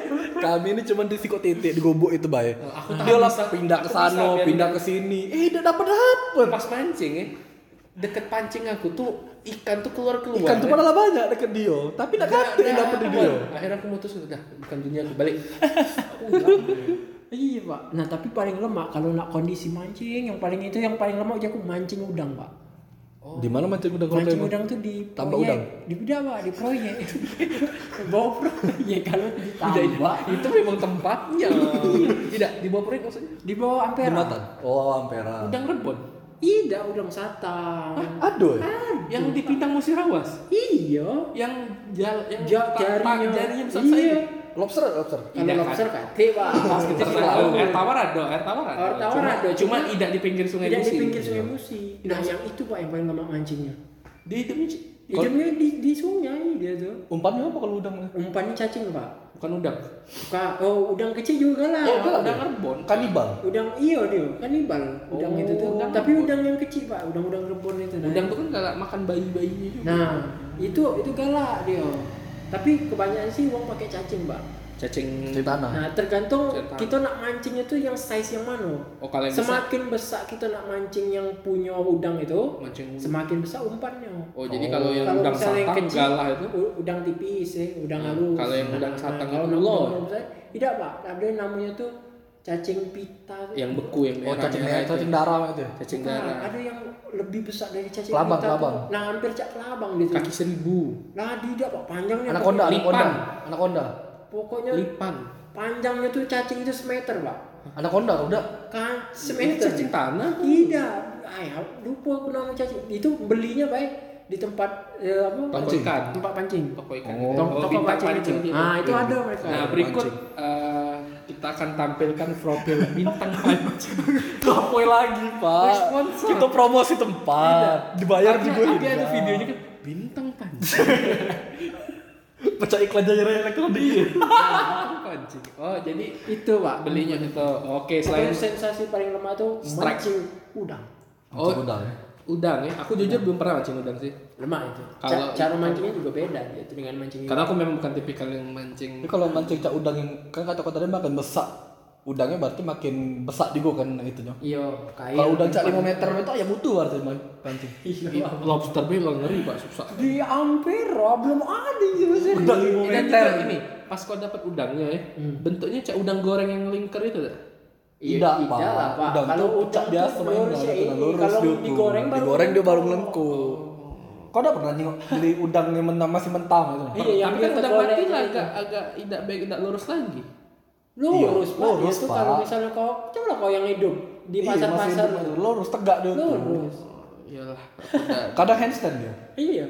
Speaker 2: kami ini cuma risiko titik digobok itu
Speaker 1: Eh,
Speaker 2: bay.
Speaker 1: aku tahan
Speaker 2: Dia lah
Speaker 1: bisa.
Speaker 2: pindah ke
Speaker 1: Aku bisa,
Speaker 2: sana,
Speaker 1: biar
Speaker 2: pindah
Speaker 1: dia-
Speaker 2: ke sini. Eh, udah dapat dapat.
Speaker 1: Pas mancing ya, deket pancing aku tuh ikan tuh keluar keluar.
Speaker 2: Ikan tuh malah banyak deket dia, tapi nak kata yang dapat di dia.
Speaker 1: Akhirnya aku mutus udah bukan dunia aku balik.
Speaker 3: Iya pak. Nah tapi paling lemak kalau nak kondisi mancing yang paling itu yang paling lemak aja aku mancing udang pak.
Speaker 1: Oh.
Speaker 2: Di mana mancing udah kalau
Speaker 3: Mancing udang tuh di
Speaker 2: Tambah
Speaker 3: proyek.
Speaker 2: udang?
Speaker 3: Di beda pak di proyek. Bawa proyek kalau ditambah
Speaker 1: itu memang tempatnya. Tidak di bawah proyek maksudnya.
Speaker 3: di bawah
Speaker 2: Di
Speaker 3: ampera.
Speaker 2: Matan. Oh,
Speaker 3: Ah.
Speaker 2: Ampera.
Speaker 1: Udang rebon.
Speaker 3: Tidak udang satang.
Speaker 2: Aduh. ya?
Speaker 1: Yang di Pintang Musirawas.
Speaker 3: Iya.
Speaker 1: Yang jal yang
Speaker 3: Ja-
Speaker 1: tak- tak-
Speaker 3: jarinya.
Speaker 1: jarinya besar
Speaker 3: Iya.
Speaker 1: saya.
Speaker 2: Lobster, ya, lobster.
Speaker 3: Kalau
Speaker 1: Tidak,
Speaker 3: lobster kate pak. Pas
Speaker 1: Itu
Speaker 3: kecil
Speaker 1: pernah
Speaker 3: tahu.
Speaker 1: tahu. Air tawar ada, air tawar ada.
Speaker 3: Air tawar
Speaker 1: Cuma-
Speaker 3: ada,
Speaker 1: cuma
Speaker 3: cuma-
Speaker 1: tidak di pinggir sungai
Speaker 3: Tidak di
Speaker 1: Musi.
Speaker 3: pinggir sungai Musi. Nah yang itu pak yang paling lemak mancingnya.
Speaker 1: Di di Musi.
Speaker 3: Dia dia di, di sungai dia tuh.
Speaker 2: Umpannya apa kalau udang?
Speaker 3: Umpannya cacing pak.
Speaker 1: Bukan udang.
Speaker 3: Bukan. Oh udang kecil juga lah.
Speaker 1: Oh, udang rebon.
Speaker 2: Kanibal.
Speaker 3: udang iya, iyo dia kanibal udang
Speaker 1: Oh,
Speaker 3: itu tuh
Speaker 1: udang
Speaker 3: tapi
Speaker 1: rebon.
Speaker 3: udang yang kecil pak udang udang rebon itu nah
Speaker 1: Udang tuh kan galak makan bayi-bayinya juga.
Speaker 3: nah itu itu galak dia tapi kebanyakan sih uang pakai cacing pak
Speaker 1: Cacing
Speaker 2: Di tanah.
Speaker 3: nah tergantung
Speaker 1: Cetak.
Speaker 3: kita nak mancingnya tuh yang size yang mana
Speaker 1: Oh, kalau yang
Speaker 3: semakin besar kita nak mancing yang punya udang itu
Speaker 1: mancing udang.
Speaker 3: semakin besar umpannya
Speaker 1: Oh, jadi kalau yang
Speaker 3: kalau
Speaker 1: udang
Speaker 3: misalnya yang
Speaker 1: satang
Speaker 3: kecil
Speaker 1: galah itu
Speaker 3: u- udang tipis ya udang
Speaker 1: Hmm,
Speaker 3: halus
Speaker 1: kalau yang
Speaker 3: Nah,
Speaker 1: udang
Speaker 3: nah,
Speaker 1: satang
Speaker 3: kalau
Speaker 1: itu
Speaker 3: udang-
Speaker 1: belum.
Speaker 3: udang besar, tidak pak ada yang namanya tuh cacing pita tuh.
Speaker 1: yang beku yang
Speaker 2: Oh,
Speaker 1: merah.
Speaker 2: cacing
Speaker 1: merah
Speaker 2: merah,
Speaker 1: itu.
Speaker 2: cacing darah itu. ya?
Speaker 1: Cacing
Speaker 3: Nah,
Speaker 1: darah.
Speaker 3: ada yang lebih besar dari cacing
Speaker 2: Kelabang,
Speaker 3: pita tuh.
Speaker 2: kelabang.
Speaker 3: Nah, hampir cak kelabang gitu.
Speaker 1: Kaki seribu.
Speaker 3: Nah, tidak pak
Speaker 1: Iya.
Speaker 3: panjangnya.
Speaker 2: Anak
Speaker 3: Pak.
Speaker 2: konda, anak
Speaker 1: Lipan.
Speaker 2: konda, anak konda,
Speaker 3: Pokoknya
Speaker 1: Lipan.
Speaker 3: panjangnya tuh cacing itu semeter pak.
Speaker 2: anak konda, udah.
Speaker 3: Kan
Speaker 1: Ini
Speaker 3: semeter.
Speaker 1: cacing tanah.
Speaker 3: Tidak. Ayah, lupa aku nama cacing. Itu belinya pak di tempat eh, apa?
Speaker 1: Toko
Speaker 2: Pancing.
Speaker 1: ikan.
Speaker 3: Tempat pancing.
Speaker 1: Toko ikan.
Speaker 2: Oh.
Speaker 1: Toko,
Speaker 3: Toko
Speaker 1: bintang
Speaker 3: pancing itu.
Speaker 1: gitu.
Speaker 3: Ah, itu ada mereka.
Speaker 1: Nah,
Speaker 2: Toko
Speaker 1: berikut eh, kita akan tampilkan profil bintang pancing.
Speaker 2: Kapoy lagi, Pak.
Speaker 1: Sponsor.
Speaker 2: Kita promosi tempat, dibayar juga.
Speaker 1: Tapi
Speaker 2: tidak.
Speaker 1: ada videonya kan bintang pancing.
Speaker 2: Pecah iklan jajaran elektronik.
Speaker 1: Nah, bintang pancing. Oh, jadi
Speaker 3: Itu pak.
Speaker 1: belinya itu. Oke,
Speaker 3: Selain
Speaker 1: selain
Speaker 3: sensasi paling lemah tuh
Speaker 1: Strike.
Speaker 3: mancing udang.
Speaker 1: Oh.
Speaker 2: Cacing udang.
Speaker 1: udang ya. Aku jujur belum pernah mancing udang sih.
Speaker 3: Lemah itu. Ca-
Speaker 1: Kalau-
Speaker 3: cara mancingnya juga beda gitu dengan mancing.
Speaker 1: Karena aku memang bukan tipikal yang mancing.
Speaker 2: Ini kalau mancing cak udang yang kan kata kau tadi makin besar. Udangnya berarti makin besar di gua kan itunya.
Speaker 3: Iya, kayak
Speaker 2: Kalau udang cak 5 meter itu ya butuh berarti man- mancing.
Speaker 1: Iya. Lobster bilang ngeri pak susah.
Speaker 3: Di Ampera belum ada juga
Speaker 2: Udang 5
Speaker 1: Dan juga ini pas kau dapat udangnya ya,
Speaker 3: Hmm.
Speaker 1: bentuknya cak udang goreng yang lingker itu dah.
Speaker 2: Tidak, Pak.
Speaker 3: Tidak Iya, lah, Pak.
Speaker 2: Udang
Speaker 3: Kalau
Speaker 2: tuh pecah
Speaker 3: udang tuh
Speaker 2: biasa main
Speaker 3: lurus ya ini.
Speaker 2: lurus
Speaker 3: Kalau
Speaker 2: dia tuh.
Speaker 3: digoreng baru
Speaker 2: digoreng dia baru
Speaker 3: melengkung.
Speaker 2: melengkung. Kau udah pernah nyengok beli udang yang mentah masih mentah gitu? itu?
Speaker 3: Iya, yang
Speaker 1: Tapi
Speaker 3: dia
Speaker 1: kan udang
Speaker 3: tergolek
Speaker 1: mati lah
Speaker 3: itu.
Speaker 1: agak agak tidak baik tidak lurus lagi.
Speaker 3: Lurus,
Speaker 2: Iya,
Speaker 3: Pak.
Speaker 2: lurus,
Speaker 3: itu
Speaker 2: Pak.
Speaker 3: kalau misalnya kau coba kau yang hidup di
Speaker 2: Iya, masih
Speaker 3: pasar-pasar
Speaker 2: hidup, lurus tegak dia. tuh.
Speaker 3: lurus.
Speaker 1: Oh, Iyalah.
Speaker 2: Kadang handstand dia.
Speaker 3: Iya.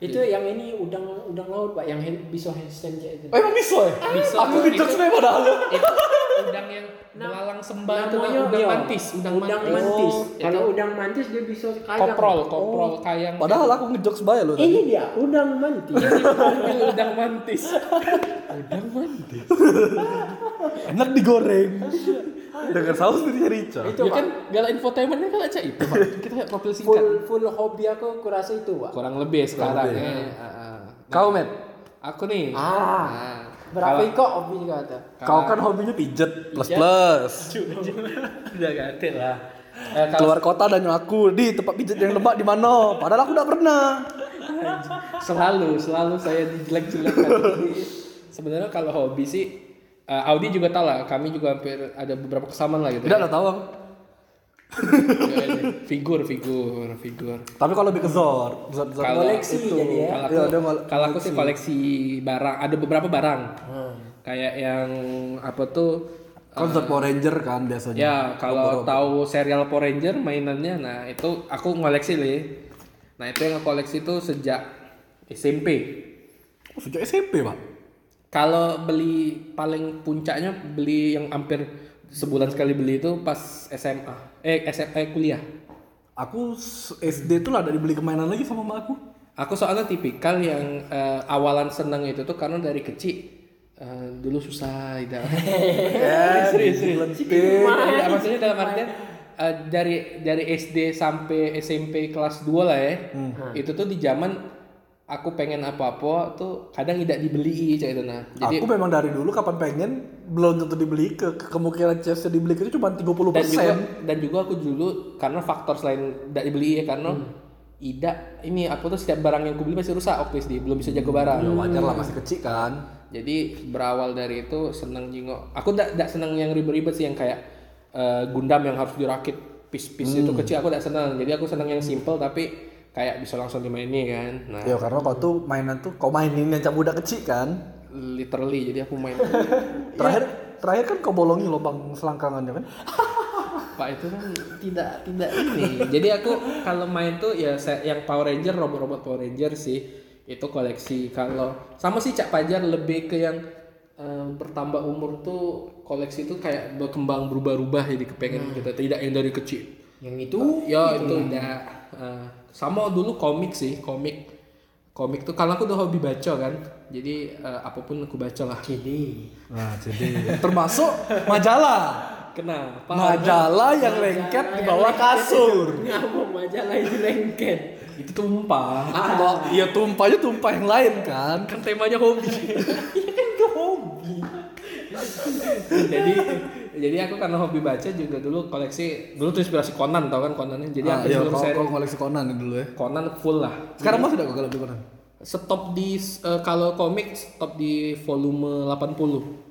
Speaker 3: Itu yang ini udang udang laut, Pak, yang hand- bisa handstand kayak gitu. itu.
Speaker 2: Oh, emang bisa ya?
Speaker 3: Ah,
Speaker 1: Bisa.
Speaker 2: Aku kejar sebenarnya padahal.
Speaker 1: itu Eh, udang yang belalang sembah itu kan udang
Speaker 3: iya,
Speaker 1: mantis, udang,
Speaker 3: udang
Speaker 1: mantis.
Speaker 3: mantis. Oh.
Speaker 1: Oh,
Speaker 3: Kalau
Speaker 1: itu
Speaker 3: udang mantis dia bisa kayang.
Speaker 1: koprol, koprol kayang.
Speaker 2: Padahal aku ngejok sebaya loh.
Speaker 3: Oh, Ini dia udang mantis.
Speaker 1: Panggil udang mantis. udang mantis.
Speaker 2: Enak digoreng. Dengan saus dari rica.
Speaker 3: itu,
Speaker 1: Ya
Speaker 3: Pak.
Speaker 1: kan gala infotainmentnya kan cak itu, Pak. Kita lihat profil singkat.
Speaker 3: full full hobi aku kurasa itu, Pak.
Speaker 1: Kurang lebih sekarang
Speaker 2: lebih.
Speaker 1: ya. Ah, ah.
Speaker 2: Kau, Matt?
Speaker 1: Aku nih.
Speaker 3: Ah.
Speaker 1: Ah.
Speaker 3: Berapa kok hobi juga ada?
Speaker 2: Kau kan hobinya pijet plus
Speaker 3: Iya.
Speaker 2: plus.
Speaker 1: Udah ganti lah. Eh, kalau
Speaker 2: Keluar kota dan aku di tempat pijet yang lembab di mana? Padahal aku udah pernah.
Speaker 1: selalu selalu saya dijelek-jelekan Jadi, sebenarnya kalau hobi sih eh, Audi juga tahu lah kami juga hampir ada beberapa kesamaan
Speaker 3: Iya.
Speaker 1: lah gitu Iya,
Speaker 2: Tidak ada tahu. aku.
Speaker 1: figur figur figur
Speaker 2: Tapi kalau lebih ke zor, zor, zor.
Speaker 1: kalau
Speaker 3: Koleksi
Speaker 1: itu
Speaker 3: jadi ya?
Speaker 1: kalau
Speaker 2: Iya,
Speaker 1: aku,
Speaker 2: dia ngol-
Speaker 1: kalau aku sih koleksi barang ada beberapa barang kayak yang apa tuh
Speaker 2: Kan zor Power Ranger kan biasanya.
Speaker 1: ya kalau tahu serial Power Ranger mainannya nah itu aku ngoleksi lih nah itu yang aku koleksi itu sejak SMP
Speaker 2: Oh, Sejak SMP pak.
Speaker 1: Kalau beli paling puncaknya beli yang hampir sebulan sekali beli itu pas SMA. Eh SMA eh, kuliah.
Speaker 2: Aku s- SD tuh lah ada dibeli kemainan lagi sama mama aku.
Speaker 1: Aku soalnya tipikal yang eh, awalan seneng itu tuh karena dari kecil eh, dulu susah tidak. Eh,
Speaker 2: Ya,
Speaker 1: serius serius. Iya, maksudnya dalam artian eh, dari dari SD sampai SMP kelas 2 lah ya. Itu tuh di zaman aku pengen apa-apa tuh kadang tidak dibeli kayak gitu nah. Jadi
Speaker 2: aku memang dari dulu kapan pengen belum tentu dibeli ke ke- kemungkinan chance dibeli itu cuma
Speaker 1: dan
Speaker 2: 30
Speaker 1: juga
Speaker 2: persen.
Speaker 1: dan juga aku dulu karena faktor selain tidak dibeli ya karena Ida ini aku tuh setiap barang yang aku beli masih rusak waktu SD belum bisa jago barang
Speaker 2: Ya, Wajar lah masih kecil kan.
Speaker 1: jadi berawal dari itu seneng jingok aku tidak tidak seneng yang ribet-ribet sih yang kayak eh, Gundam yang harus dirakit pis-pis itu kecil aku tidak seneng jadi aku seneng yang simple tapi kayak bisa langsung dimainin kan nah
Speaker 2: Ya karena kau tuh mainan tuh kau mainin yang cabut udah kecil kan.
Speaker 1: literally jadi aku main
Speaker 2: Terakhir terakhir kan kau bolongi lubang selangkangannya kan.
Speaker 1: Pak itu kan tidak tidak ini. Jadi aku kalau main tuh ya saya, yang Power Ranger, robot-robot Power Ranger sih itu koleksi. Kalau sama sih Cak Pajar lebih ke yang eh, bertambah umur tuh koleksi itu kayak berkembang berubah-ubah jadi kepengen kita tidak yang dari kecil.
Speaker 3: Hmm. Yang itu Gitu.
Speaker 1: Ya itu udah eh, sama dulu komik sih komik komik tuh kalau aku udah hobi baca kan jadi eh, apapun aku baca lah
Speaker 3: CD.
Speaker 2: Nah, jadi termasuk majalah.
Speaker 1: kenapa
Speaker 2: Majalah yang lengket di bawah kasur.
Speaker 3: Ngomong majalah itu lengket.
Speaker 1: Nah, itu tumpah
Speaker 2: Ah, iya tumpahnya tumpah yang lain kan.
Speaker 1: kan temanya hobi
Speaker 3: Iya kan
Speaker 1: jadi jadi aku karena hobi baca juga dulu koleksi dulu tuh inspirasi Conan tau kan Conannya jadi
Speaker 2: Ah,
Speaker 1: aku
Speaker 2: iya,
Speaker 1: sebelum
Speaker 2: kau,
Speaker 1: seri
Speaker 2: kau koleksi Conan dulu ya.
Speaker 1: Conan full lah
Speaker 2: Sekarang masih ada kau koleksi Conan?
Speaker 1: stop di eh, kalau komik stop di volume 80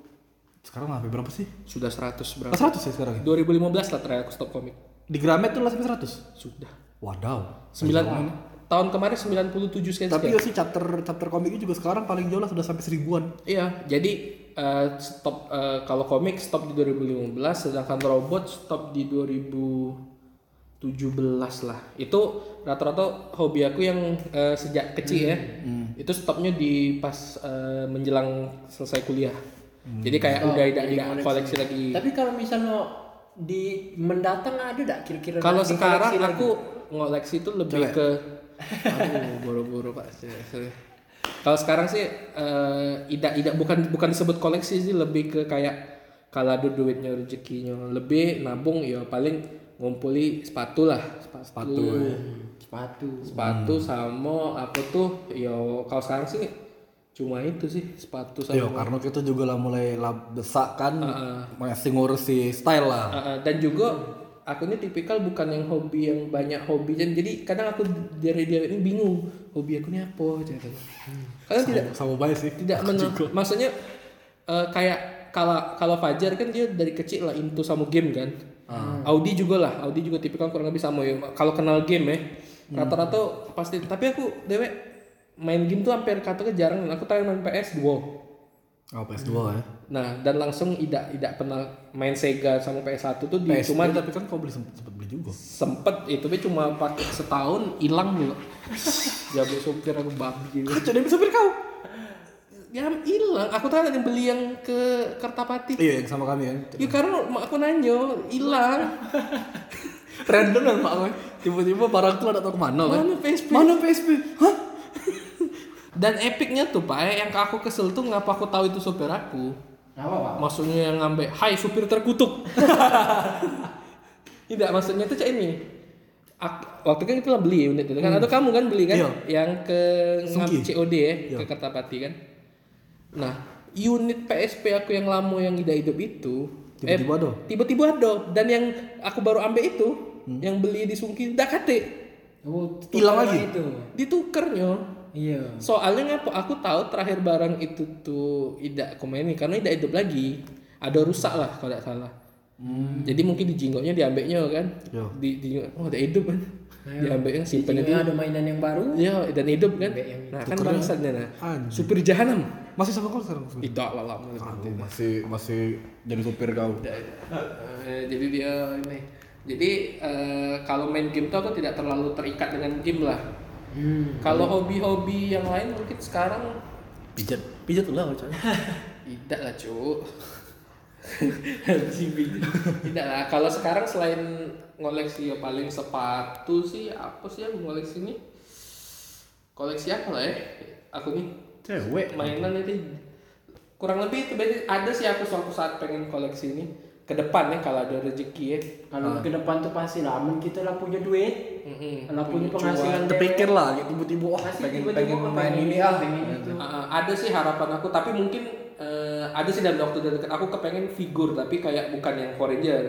Speaker 2: Sekarang sampai berapa sih?
Speaker 1: sudah 100
Speaker 2: Oh,
Speaker 1: berapa
Speaker 2: 100 ya sekarang ya?
Speaker 1: 2015 lah terakhir aku stop komik
Speaker 2: Di Gramet tuh lah sampai 100.
Speaker 1: sudah
Speaker 2: Wadaw.
Speaker 1: 9 tahun kemarin 97 sekian
Speaker 2: Tapi ya sih chapter chapter komiknya juga sekarang paling jauh lah sudah sampai seribuan.
Speaker 1: Iya, jadi eh, stop eh, kalau komik stop di 2015 sedangkan robot stop di 2017 lah. Itu rata-rata hobi aku yang eh, sejak kecil ya. Itu stopnya di pas eh, menjelang selesai kuliah. Oh, Jadi kayak udah tidak tidak koleksi lagi.
Speaker 3: Tapi kalau misalnya di mendatang ada enggak kira-kira?
Speaker 1: Kalau
Speaker 3: di koleksi
Speaker 1: sekarang
Speaker 3: lagi?
Speaker 1: aku ngoleksi itu lebih ke aduh boro-boro Pak. Sorry, sorry. Kalau sekarang sih eh tidak tidak bukan bukan disebut koleksi sih lebih ke kayak kalau ada duitnya rezekinya lebih nabung ya paling ngumpuli sepatu lah sepatu sepatu,
Speaker 3: sepatu.
Speaker 1: sama apa tuh ya kalau sekarang sih cuma itu sih sepatu sama
Speaker 2: Yo, Iya, karena kita juga lah mulai lah desak kan masih ngurusi style lah.
Speaker 1: Uh, dan juga aku ini tipikal bukan yang hobi yang banyak hobi dan jadi kadang aku dari dia ini bingung hobi aku ini apa jadi karena tidak
Speaker 2: Sama baik sih.
Speaker 1: tidak menel- maksudnya uh, kayak kalau kalau Fajar kan dia dari kecil lah into sama game kan Audi juga lah Audi juga tipikal kurang lebih sama ya kalau kenal game ya rata-rata pasti tapi aku dewek main game tuh hampir katanya jarang dan aku tanya main PS duo
Speaker 2: Oh, PS2 ya.
Speaker 1: nah dan langsung tidak tidak pernah main Sega sama PS1 tuh di
Speaker 2: PS2,
Speaker 1: cuma
Speaker 2: tapi kan kau beli sempet, sempet beli juga.
Speaker 1: sempet itu tapi cuma pakai setahun hilang juga jago sopir aku babi gitu
Speaker 2: Jadi bisa beli kau.
Speaker 1: ya hilang aku tadi yang beli yang ke Kertapati
Speaker 2: Iya, yang sama kami ya.
Speaker 1: ya karena mak aku nanya hilang
Speaker 2: Random kan mak gue. Tiba-tiba barang tuh ada tau kemana kan.
Speaker 1: Mana PSP?
Speaker 2: Mana PSP? Hah?
Speaker 1: dan epicnya tuh pak eh, yang aku kesel tuh ngapa aku tahu itu sopir aku
Speaker 3: Apa, Pak?
Speaker 1: maksudnya yang ngambil hai supir terkutuk tidak maksudnya tuh cak ini Ak- waktu kan kita beli unit itu kan atau kamu kan beli kan
Speaker 2: Hmm. Iya.
Speaker 1: yang ke ngam-
Speaker 2: Suki.
Speaker 1: COD ya
Speaker 2: Iya.
Speaker 1: ke Kertapati kan nah unit PSP aku yang lama yang tidak hidup itu eh,
Speaker 2: Tiba-tiba ada?
Speaker 1: tiba-tiba ada dan yang aku baru ambil itu
Speaker 2: Hmm.
Speaker 1: yang beli di Sungki dak kate
Speaker 3: Oh,
Speaker 2: Hilang lagi?
Speaker 3: itu.
Speaker 1: ditukernyo
Speaker 3: Iya.
Speaker 1: soalnya ngapa aku tahu terakhir barang itu tuh tidak komeni karena tidak hidup lagi ada rusak lah kalau tidak salah jadi mungkin di jinggotnya diambilnya kan di, di oh tidak hidup kan diambilnya simpen
Speaker 3: Jadi ada mainan yang baru.
Speaker 1: Iya, dan hidup kan. Nah, kan bangsatnya nah. Supir jahanam.
Speaker 2: Masih sama kau sekarang? Mas?
Speaker 1: Tidak lah lah.
Speaker 2: Aku masih masih jadi supir kau.
Speaker 1: Eh, jadi dia ini. Jadi eh, kalau main game tuh aku tidak terlalu terikat dengan game lah.
Speaker 3: Hmm.
Speaker 1: Kalau hobi-hobi yang lain mungkin sekarang
Speaker 4: Pijat, pijat ulah coy.
Speaker 1: tidak lah cuk. Anjing, biji. tidak lah. Kalau sekarang selain ngoleksi ya paling sepatu sih apa sih yang ngoleksi ini? Koleksi apa lah ya? Aku nih
Speaker 4: Cewek.
Speaker 1: mainan itu kurang lebih itu berarti ada sih aku suatu saat pengen koleksi ini ke depan ya kalau ada rezeki ya
Speaker 3: Kalau ke depan tuh pasti lah, amun kita lah punya duit,
Speaker 1: Mm-mm.
Speaker 3: lah punya penghasilan.
Speaker 2: Terpikir lah, kayak tiba-tiba wah
Speaker 3: Pasti
Speaker 2: pengen
Speaker 3: tiba-tiba
Speaker 2: pengen
Speaker 3: kepengen
Speaker 2: main ini
Speaker 3: ini,
Speaker 2: ah.
Speaker 3: pengen itu.
Speaker 1: Uh, uh, ada sih harapan aku tapi mungkin uh, ada sih dalam waktu dekat aku kepengen figur tapi kayak bukan yang Power Ranger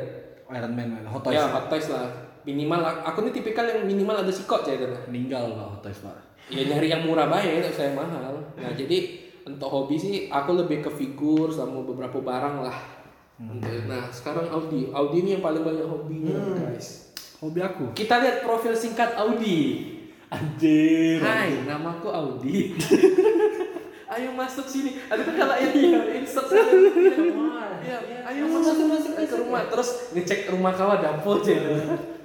Speaker 2: Iron Man, man. Hot
Speaker 3: Iya.
Speaker 2: Toys.
Speaker 1: ya Hot Toys lah minimal aku ini tipikal yang minimal ada sikot ya kan
Speaker 2: Meninggal lah Hot Toys pak.
Speaker 1: ya nyari yang murah banyak nggak usah yang mahal nah jadi untuk hobi sih aku lebih ke figur sama beberapa barang lah Untuk- nah sekarang Audi Audi ini yang paling banyak hobinya guys
Speaker 2: Hobi aku.
Speaker 1: kita lihat profil singkat Audi
Speaker 2: Anjir.
Speaker 1: Hai namaku Audi ayo masuk sini ada kan kalau ini ya insert saya. Iya, ayo masuk masuk Iya, ke rumah terus ngecek rumah kau ada apa aja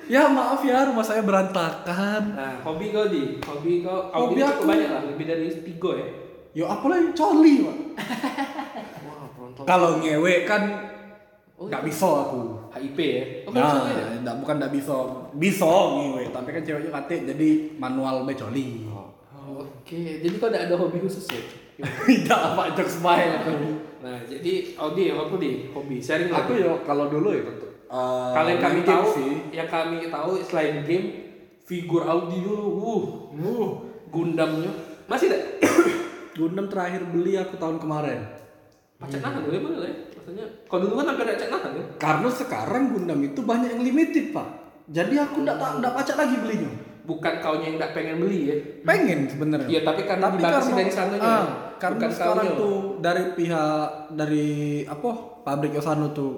Speaker 2: Ya maaf ya rumah saya berantakan.
Speaker 1: nah hobi kau di hobi kau
Speaker 2: Hobi
Speaker 1: Audi cukup
Speaker 2: aku.
Speaker 1: banyak lah lebih dari tiga ya
Speaker 2: Yo apa lagi coli pak.
Speaker 1: wah pronto
Speaker 2: Kalau ngewe kan nggak bisa aku.
Speaker 1: HIP ya Oh, kamu
Speaker 2: Nah,
Speaker 1: cewek ya?
Speaker 2: nggak- bukan nggak bisa, bisa ngewe, tapi kan ceweknya kate jadi manual be coli.
Speaker 1: Oh, Oke, jadi kau tidak ada hobi khusus ya?
Speaker 2: Tidak apa jokes baik aku.
Speaker 1: Nah, jadi Audi ya, aku di hobi sharing
Speaker 2: Aku
Speaker 1: lagi.
Speaker 2: yo kalau dulu ya tentu. eh,
Speaker 1: Kalau yang kami
Speaker 2: main game
Speaker 1: tahu, yang kami tahu selain game, figur Audi dulu, wuh, wuh, Gundamnya masih tidak?
Speaker 2: Gundam terakhir beli aku tahun kemarin.
Speaker 1: Pacak nahan boleh mana lah ya? Maksudnya, kau dulu kan hampir pacak nahan ya?
Speaker 2: Karena sekarang Gundam itu banyak yang limited pak. Jadi aku nggak tak nggak pacak lagi belinya.
Speaker 1: Bukan kaunya yang tidak pengen beli ya?
Speaker 2: Pengen sebenarnya.
Speaker 1: Iya, tapi karena dibatasi dari sananya,
Speaker 2: ah,
Speaker 1: ya?
Speaker 2: karena
Speaker 1: Bukan
Speaker 2: sekarang
Speaker 1: kaunya.
Speaker 2: tuh dari pihak dari apa pabrik Yosano tuh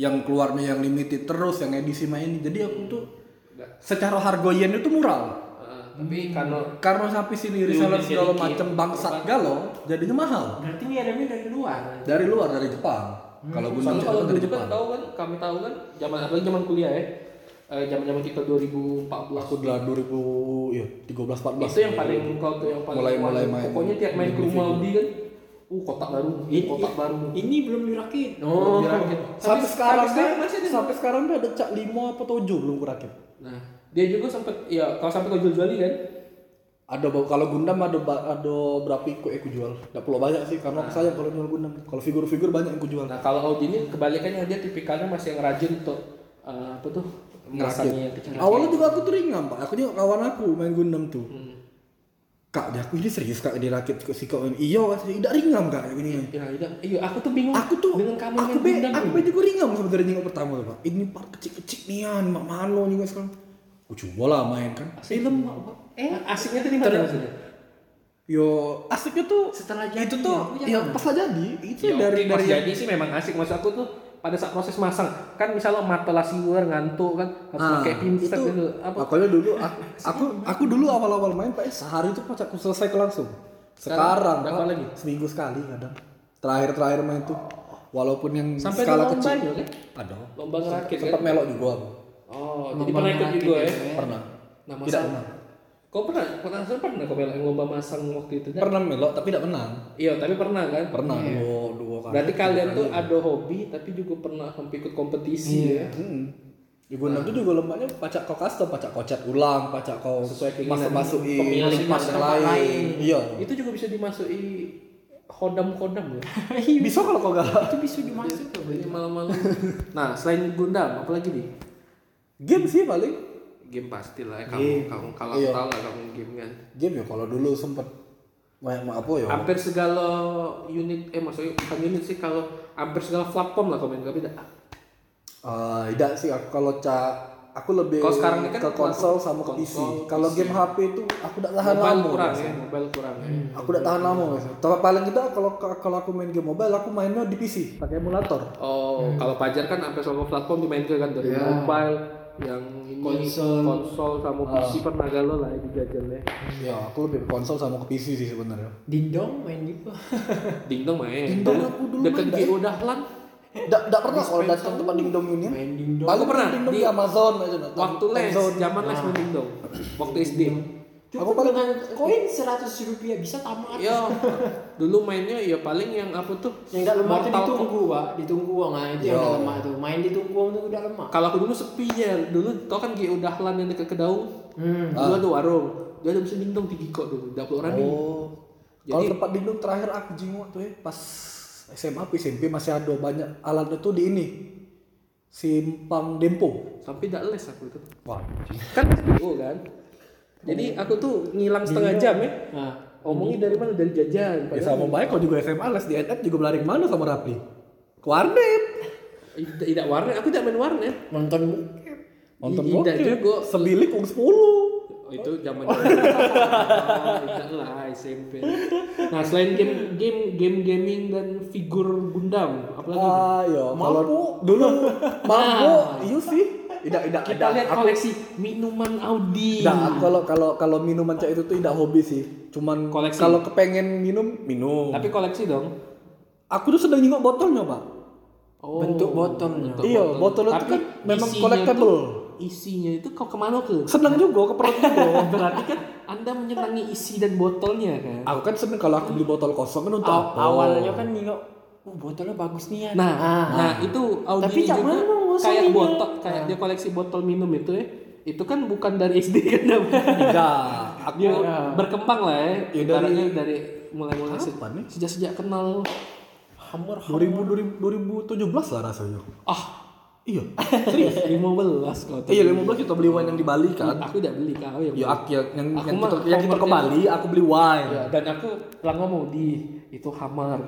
Speaker 2: yang keluarnya yang limited terus yang edisi main ini. Jadi aku tuh
Speaker 1: Nggak.
Speaker 2: secara harga yen itu murah.
Speaker 1: Ah,
Speaker 2: Hmm.
Speaker 1: tapi karena
Speaker 2: Karena sampai sini reseller segala macam bangsat galau, jadinya mahal.
Speaker 3: Berarti ngirimnya dari luar.
Speaker 2: Dari luar dari Jepang. Kalau Gundam
Speaker 1: Soalnya
Speaker 2: itu
Speaker 1: Hmm. kalau
Speaker 2: dari
Speaker 1: dulu
Speaker 2: Jepang.
Speaker 1: kan tahu kan, kami tahu kan, zaman apalagi zaman kuliah ya, Eh, zaman-zaman kita 2014
Speaker 2: Aku udah 2000 ya 13 14.
Speaker 1: itu yang paling kau tuh yang paling
Speaker 2: Mulai-
Speaker 1: wah,
Speaker 2: mulai main.
Speaker 1: pokoknya tiap main ke rumah Audi kan uh kotak baru ini kotak baru
Speaker 3: Ini belum dirakit.
Speaker 1: Oh. sampai
Speaker 2: Sampai sekarang dia,
Speaker 1: sekarang kan? masih ada.
Speaker 2: sampai sekarang dia ada cak 5 atau 7 belum kurakit.
Speaker 1: nah dia juga sempet ya kalau sampai kau jual jualin kan
Speaker 2: Ada ba- kalau Gundam ada ba- ada berapa ikut aku jual? Enggak perlu banyak sih karena aku sayang kalau jual Gundam. Kalau figur-figur banyak yang aku jual.
Speaker 1: Ah. nah kalau Audi ini kebalikannya dia tipikalnya masih yang rajin untuk eh, apa tuh ngerasanya yang kecil
Speaker 2: Awalnya juga aku teringam, Pak. Aku juga kawan aku main Gundam tuh.
Speaker 1: Hmm.
Speaker 2: Kak, dia aku ini serius kak dirakit ke si kau ini. Iya, Kak, tidak ringam kak ini.
Speaker 1: ya iya iya aku tuh bingung
Speaker 2: Aku tuh
Speaker 1: dengan kamu
Speaker 2: aku
Speaker 1: main
Speaker 2: be,
Speaker 1: Gundam
Speaker 2: aku
Speaker 1: ini.
Speaker 2: be juga ringam sebenarnya nyingok pertama tuh, Pak. Ini part kecil-kecil nian, mak mano juga sekarang. Aku coba lah main kan.
Speaker 3: Film apa? Eh,
Speaker 1: asiknya tadi mana maksudnya
Speaker 2: Yo, asiknya tuh
Speaker 3: Setelah
Speaker 2: Ya,
Speaker 3: jadi,
Speaker 2: itu tuh
Speaker 3: aku
Speaker 2: ya
Speaker 3: jangan.
Speaker 2: pas lah jadi itu
Speaker 1: Ya,
Speaker 2: Iya, dari
Speaker 1: oke,
Speaker 2: dari
Speaker 1: pas jadi sih memang asik maksud aku tuh pada saat proses masang kan misalnya mata lah siwer ngantuk kan harus
Speaker 2: Ah,
Speaker 1: pakai pinset
Speaker 2: itu-
Speaker 1: gitu apa
Speaker 2: makanya dulu aku aku, aku dulu awal-awal main pak eh, sehari itu pas aku selesai ke langsung
Speaker 1: Sekarang
Speaker 2: sekarang
Speaker 1: berapa
Speaker 2: pak
Speaker 1: lagi?
Speaker 2: seminggu sekali kadang terakhir-terakhir main tuh walaupun yang
Speaker 1: sampai ada
Speaker 2: skala kecil
Speaker 1: lombanya kan
Speaker 2: ada
Speaker 1: lomba ngerakit kan
Speaker 2: sempat melok juga aku
Speaker 1: Oh,
Speaker 3: Lomba
Speaker 1: jadi pernah ikut
Speaker 3: ngerakit
Speaker 1: juga ya?
Speaker 3: ya.
Speaker 2: pernah
Speaker 1: Nah,
Speaker 2: tidak
Speaker 1: masang.
Speaker 2: menang
Speaker 1: Kau pernah? Pernah pernah kau belak lomba masang waktu itu? Kan?
Speaker 2: pernah melok tapi tidak menang
Speaker 1: Iya, tapi pernah kan?
Speaker 2: pernah dua dua kali
Speaker 1: Berarti kalian tuh ada hobi tapi juga pernah hampir ikut kompetisi ya.
Speaker 2: Hmm. Di Gundam tuh juga lemaknya pacak kau custom, pacak kau cat ulang, pacak kau
Speaker 1: Sesuai keinginan
Speaker 2: masuk-masukin
Speaker 1: pemilik
Speaker 2: link-link
Speaker 1: tempat
Speaker 3: lain.
Speaker 2: Iya.
Speaker 1: ya? Itu juga bisa dimasuki kodam-kodam ya.
Speaker 2: Iya. Bisa kalau kau galak.
Speaker 3: itu bisa dimasuk ke
Speaker 1: Ini malam-malam. nah, selain Gundam, apalagi nih?
Speaker 2: Game sih paling.
Speaker 1: Game pastilah ya, kamu kamu kalah
Speaker 2: Iya.
Speaker 1: kalah kamu game kan.
Speaker 2: Game ya kalau dulu sempet Banyak mak apa ya?
Speaker 1: hampir segala unit eh maksudnya bukan unit sih kalau hampir segala platform lah komen tapi tidak
Speaker 2: Eh, tidak sih aku kalau ca aku lebih
Speaker 1: Kalau sekarang ini kan
Speaker 2: ke konsol sama ke PC.
Speaker 1: konsol,
Speaker 2: Kalau game HP itu aku tidak tahan
Speaker 1: mobile
Speaker 2: lama.
Speaker 1: kurang
Speaker 2: guys.
Speaker 1: ya mobile kurang ya.
Speaker 2: Aku tidak tahan lama. guys. Tapi paling tidak kalau kalau aku main game mobile aku mainnya di PC pakai emulator.
Speaker 1: oh
Speaker 2: Hmm.
Speaker 1: kalau pajar kan hampir semua platform dimainkan kan
Speaker 2: Iya.
Speaker 1: dari mobile yang ini
Speaker 3: Konsol.
Speaker 1: konsol sama
Speaker 2: Ah.
Speaker 1: PC pernah galau lah ya dijajalnya
Speaker 2: Ya, aku lebih ke konsol sama ke PC sih sebenarnya.
Speaker 3: Dindong main gitu.
Speaker 1: dingdong main
Speaker 2: Dingdong aku dulu
Speaker 1: deket
Speaker 2: main,
Speaker 1: GO Dahlan
Speaker 2: Tidak tidak pernah kalau datang tempat dingdong ini.
Speaker 3: main dindong.
Speaker 2: Aku
Speaker 1: pernah
Speaker 2: pernah dingdong
Speaker 1: di-
Speaker 2: di Amazon aja. nah,
Speaker 1: waktu
Speaker 2: Amazon.
Speaker 1: les zaman les main dingdong
Speaker 2: Nah.
Speaker 1: waktu SD
Speaker 2: Aku
Speaker 3: Aku
Speaker 2: paling-
Speaker 3: dengan koin 100 rupiah bisa tamat.
Speaker 1: ya dulu mainnya ya paling yang apa tuh
Speaker 3: Yang gak lemah
Speaker 1: Mortal
Speaker 3: itu
Speaker 1: Iya.
Speaker 3: ditunggu, Pak. Ditunggu, nah itu yang gak lemah tuh. Main ditunggu itu udah lemah.
Speaker 1: Kalau aku dulu sepi ya, dulu tau kan GU Dahlan yang dekat Kedaung,
Speaker 3: Hmm.
Speaker 1: dulu ada warung, dia ada mesin dingdong tinggi kok dulu, dapur orang nih.
Speaker 2: Ah. Oh. Kalau tempat dindung terakhir aku jenguk tuh ya pas SMA apa SMP masih ada banyak alatnya tuh di ini. Simpang Dempo.
Speaker 1: Tapi tidak les aku itu,
Speaker 2: Wah.
Speaker 1: kan GU kan. Jadi aku tuh ngilang setengah jam ya.
Speaker 3: Nah,
Speaker 1: Omongnya dari mana? Dari jajan.
Speaker 2: Ya
Speaker 1: Padahal
Speaker 2: sama baik kok juga SMA les di NF juga belarik mana sama Rapli? Ke warnet.
Speaker 1: tidak tidak warnet, aku tidak main warnet.
Speaker 3: nonton
Speaker 2: Nonton
Speaker 1: Ih,
Speaker 2: bokep.
Speaker 1: tidak juga.
Speaker 2: Sebilik uang 10.
Speaker 1: Oh, itu zaman oh, tidak lah SMP. Nah selain game game game gaming dan figur Gundam, apalagi?
Speaker 2: Ayo, kalau dulu Ah, iya. mampu, iya sih. Tidak, tidak,
Speaker 1: kita
Speaker 2: tidak.
Speaker 1: lihat koleksi minuman Audi.
Speaker 2: Tidak, aku kalau kalau kalau minuman cak itu tuh tidak hobi sih. Cuman
Speaker 1: Koleksi.
Speaker 2: kalau kepengen minum, minum.
Speaker 1: Tapi koleksi dong.
Speaker 2: Aku tuh sedang nyingok botolnya, Pak.
Speaker 1: Oh,
Speaker 3: bentuk botolnya.
Speaker 1: bentuk
Speaker 2: Iya, botolnya
Speaker 1: Tapi
Speaker 2: itu kan memang
Speaker 1: isinya
Speaker 2: collectible.
Speaker 1: tuh- isinya itu kau kemana ke?
Speaker 2: Senang juga ke perut juga.
Speaker 1: Berarti kan Anda menyenangi isi dan botolnya kan?
Speaker 2: aku kan seneng kalau aku beli botol kosong kan untuk apa?
Speaker 3: Aw- Ah, awalnya kan nyingok, oh, botolnya bagus nih ya.
Speaker 1: Nah,
Speaker 3: Ah.
Speaker 1: nah itu Audi
Speaker 3: Tapi cak
Speaker 1: juga
Speaker 3: mana mau
Speaker 1: kayak
Speaker 3: sama
Speaker 1: botol, kayak dia koleksi botol minum itu ya. Itu kan bukan dari SD kan? Dah.
Speaker 2: Enggak. Aku
Speaker 1: dia berkembang lah ya.
Speaker 2: Ya, Iya, dari-
Speaker 1: Ibaratnya dari mulai-mulai se-
Speaker 2: Kapan nih?
Speaker 1: sejak-sejak kenal.
Speaker 3: hammer
Speaker 2: 2000, 2017 lah rasanya.
Speaker 1: Ah,
Speaker 2: Iya.
Speaker 1: serius 15 kau tuh.
Speaker 2: Iya, 15 kita beli wine yang di Bali kan.
Speaker 1: Aku udah beli kau yang
Speaker 2: Ya, aku, Iya. yang, yang,
Speaker 1: Aku
Speaker 2: yang
Speaker 1: mah
Speaker 2: kita, yang kita ke
Speaker 1: homernya-
Speaker 2: Bali, aku beli wine.
Speaker 1: Ya, dan aku pelan ngomong di itu hammer.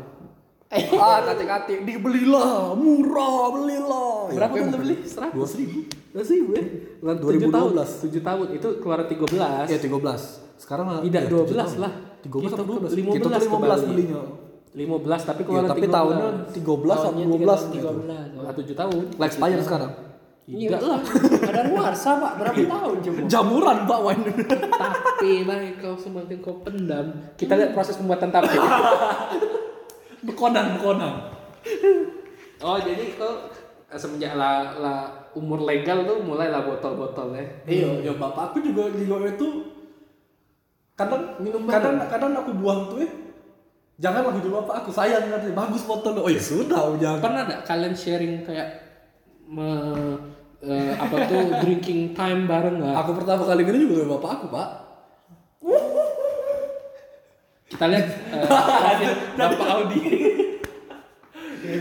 Speaker 2: Ah, kati-kati, dibelilah, murah, belilah.
Speaker 1: Berapa dulu beli? 100.
Speaker 2: Dua ribu.
Speaker 1: Nah, sih gue. Lan 7 tahun.
Speaker 2: 2012.
Speaker 1: 7 tahun itu keluaran 13.
Speaker 2: Ya, 13. Sekarang lah.
Speaker 1: Tidak,
Speaker 2: ya,
Speaker 1: 12
Speaker 2: tujuh
Speaker 1: lah.
Speaker 2: tahun. 13 atau
Speaker 1: Kita
Speaker 2: 12?
Speaker 1: ke- 15
Speaker 2: Kita tuh
Speaker 1: ke
Speaker 2: 15
Speaker 1: Bali.
Speaker 2: belinya.
Speaker 1: 15 tapi
Speaker 2: Ya,
Speaker 1: keluaran
Speaker 2: tapi
Speaker 1: 13.
Speaker 2: tahunnya 13 atau 12 gitu.
Speaker 3: 13.
Speaker 1: Nah, 7 tahun.
Speaker 2: Like Spire sekarang.
Speaker 1: Tidak lah.
Speaker 3: Iya,
Speaker 1: Iya.
Speaker 3: Ada luar Pak. Berapa tahun coba?
Speaker 2: Jamuran, Pak, wine.
Speaker 1: tapi baik kau semakin kau pendam. Kita lihat proses pembuatan tapi.
Speaker 2: Bekonan, bekonan.
Speaker 1: oh, jadi kau eh, semenjak lah lah umur legal tuh mulailah botol-botol ya.
Speaker 2: Iya, ya bapak aku juga juga itu kadang minum kadang kadang aku buang tuh eh jangan lagi dulu bapak aku sayang nanti bagus foto oh ya sudah jangan
Speaker 1: pernah nggak kalian sharing kayak me- eh, apa tuh drinking time bareng nggak?
Speaker 2: aku pertama kali minum juga sama bapak aku pak
Speaker 1: Kita lihat eh, profil Bapak Audi.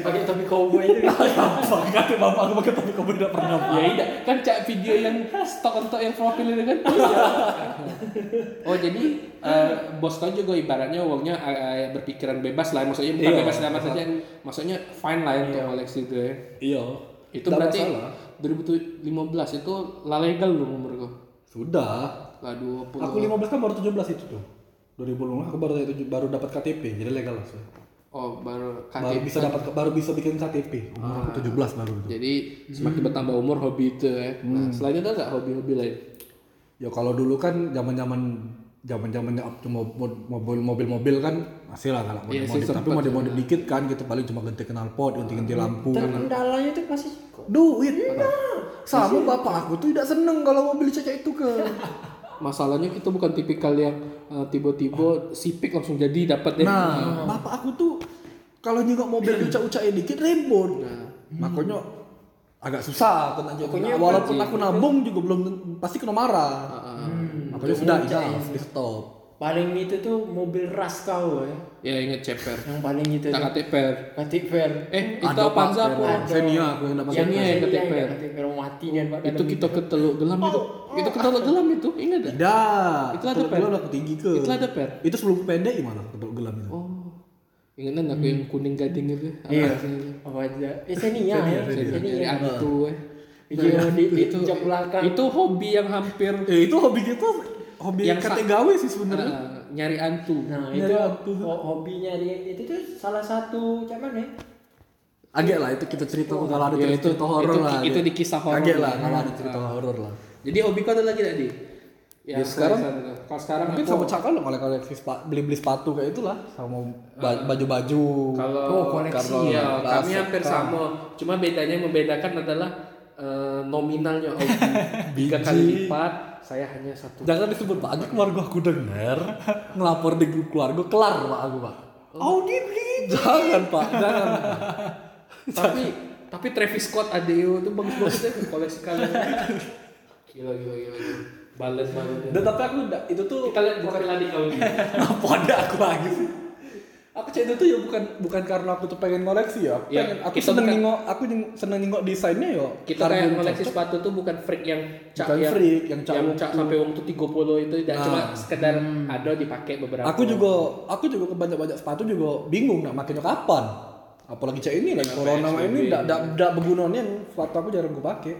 Speaker 3: Pakai topi cowboy itu.
Speaker 2: bapak kata bapak aku pakai topi kobra tidak pernah
Speaker 1: ya iya, kan cak video yang stok untuk yang profil ini kan.
Speaker 2: Iya.
Speaker 1: oh jadi eh, bos kau juga ibaratnya uangnya eh, berpikiran bebas lah, maksudnya bukan
Speaker 2: Iya.
Speaker 1: bebas dalam maksudnya, maksudnya fine lah untuk koleksi itu ya.
Speaker 2: iya
Speaker 1: Itu
Speaker 2: Tidak
Speaker 1: berarti
Speaker 2: masalah.
Speaker 1: 2015 itu lah legal loh umur kau.
Speaker 2: sudah
Speaker 1: Lah 20.
Speaker 2: aku 15 kan baru 17 itu tuh 2015 aku baru tujuh- baru dapat KTP jadi legal lah sudah.
Speaker 1: Oh baru
Speaker 2: baru
Speaker 1: KTP.
Speaker 2: bisa dapat baru bisa bikin KTP umur aku 17 baru itu
Speaker 1: Jadi semakin
Speaker 2: Hmm.
Speaker 1: bertambah umur hobi itu ya. Nah, selain itu ada nggak hobi-hobi lain?
Speaker 2: Ya kalau dulu kan zaman-zaman zaman-zamannya up to mo- mo- mobil mobil-mobil kan masih lah kalau
Speaker 1: Iya sih,
Speaker 2: modif
Speaker 1: Hmm.
Speaker 2: tapi modif modif dikit kan gitu paling cuma ganti knalpot, ganti-ganti lampu.
Speaker 3: Kendalanya tuh pasti
Speaker 2: Duit. Nah,
Speaker 1: Iya.
Speaker 2: Sama bapak aku tuh tidak seneng kalau mau beli cecek itu ke.
Speaker 1: Masalahnya kita bukan tipikal yang eh, tiba-tiba sipik langsung jadi dapat ya.
Speaker 2: Nah, bapak aku tuh kalau nyengok mobil
Speaker 1: Iya.
Speaker 2: ucak-ucaknya dikit
Speaker 1: Nah.
Speaker 2: ribut. Nah,
Speaker 1: Hmm.
Speaker 2: Makanya agak susah aku nak jawab.
Speaker 1: Ah, Hmm.
Speaker 2: walaupun aku nabung juga belum pasti kena marah. Makanya sudah, sudah di stop.
Speaker 3: paling itu tuh mobil ras kau ya
Speaker 1: Ya inget ceper.
Speaker 3: yang paling itu
Speaker 1: Kita
Speaker 3: tuh
Speaker 1: ketiper.
Speaker 3: katik fair
Speaker 1: Eh, itu Panza aku.
Speaker 3: Ada.
Speaker 2: Xenia, aku yang dapat
Speaker 3: yang
Speaker 1: Xenia yang
Speaker 3: Xenia
Speaker 1: ketik fair.
Speaker 3: yang ketik fair mati kan Pak,
Speaker 1: Itu
Speaker 3: dalam
Speaker 1: kita ke Teluk Gelam itu. Kita ke Teluk Gelam itu, ingat gak?
Speaker 2: Tidak.
Speaker 1: Itu ada
Speaker 2: Teluk
Speaker 1: per.
Speaker 2: Gelam aku tinggi ke.
Speaker 1: Itu ada per.
Speaker 2: Itu sebelum pendek gimana? Teluk gelam itu.
Speaker 1: Oh. Ingat nggak aku yang kuning gading itu? Apa
Speaker 3: Iya.
Speaker 1: sih?
Speaker 3: apa aja eh Xenia ya
Speaker 1: Jadi
Speaker 3: Xenia
Speaker 1: aku
Speaker 3: Iya, di- di
Speaker 1: itu
Speaker 3: jam belakang.
Speaker 1: eh. itu hobi yang hampir
Speaker 2: Eh itu hobi kita hobi
Speaker 1: Yang
Speaker 2: yang Ah.
Speaker 1: sa-
Speaker 2: kata gawe sih sebenarnya.
Speaker 1: eh, nyari antu.
Speaker 3: nah
Speaker 2: Nyari
Speaker 3: itu
Speaker 2: waktu.
Speaker 3: ho- hobinya dia itu tuh salah satu cuman ya
Speaker 2: Agak lah itu kita cerita kalau ada
Speaker 1: ya,
Speaker 2: cerita,
Speaker 1: itu-
Speaker 2: cerita horor
Speaker 1: itu-
Speaker 2: lah.
Speaker 1: itu di kisah horor
Speaker 2: Agak
Speaker 1: lah.
Speaker 2: lah Ah. kalau ada cerita horor lah.
Speaker 1: Jadi hobi kau ada lagi tadi?
Speaker 3: Iya,
Speaker 1: Ya, sekarang kalau sekarang
Speaker 2: Mungkin
Speaker 1: aku-
Speaker 2: sama cakal lo kalau koleksi sepa- beli-beli sepatu kayak itulah sama ba- baju-baju.
Speaker 1: Ah. kalau
Speaker 3: Oh, koleksi,
Speaker 1: Karno-
Speaker 2: ya.
Speaker 1: kami hampir
Speaker 2: Kaset.
Speaker 1: sama. Cuma bedanya yang membedakan adalah eh, nominalnya hobi. Tiga kali lipat, saya hanya satu.
Speaker 2: Jangan disebut Pak, Agak keluarga aku dengar ngelapor di grup keluarga kelar Pak aku Pak.
Speaker 3: Audi beli
Speaker 2: Jangan Pak, Oh. jangan.
Speaker 1: tapi tapi Travis Scott ADO itu bagus banget ya koleksi kalian. Gila gila gila. gila. Balas banget.
Speaker 2: Dan tapi aku nggak- itu tuh
Speaker 1: Kita lihat bukan lagi kau ini.
Speaker 2: Apa ada aku lagi sih? Aku cek itu tuh ya bukan bukan karena aku tuh pengen koleksi ya. Aku
Speaker 1: Ya,
Speaker 2: pengen- aku
Speaker 1: kita
Speaker 2: seneng
Speaker 1: bukan-
Speaker 2: nengok aku neng- seneng nengok desainnya ya.
Speaker 1: Kita
Speaker 2: Karena
Speaker 1: kayak
Speaker 2: yang
Speaker 1: koleksi
Speaker 2: cocok.
Speaker 1: sepatu tuh bukan freak yang cak
Speaker 2: Bukan
Speaker 1: yang,
Speaker 2: freak, yang cak
Speaker 1: yang
Speaker 2: waktu.
Speaker 1: cak sampai waktu 30 itu tidak
Speaker 2: Nah.
Speaker 3: Ah.
Speaker 1: cuma sekedar ada dipakai beberapa.
Speaker 2: Aku juga aku juga ke banyak-banyak sepatu juga bingung nak makainya kapan. Apalagi cek ini lagi corona mah ini ndak ndak ndak begunanya sepatu aku jarang gue pakai.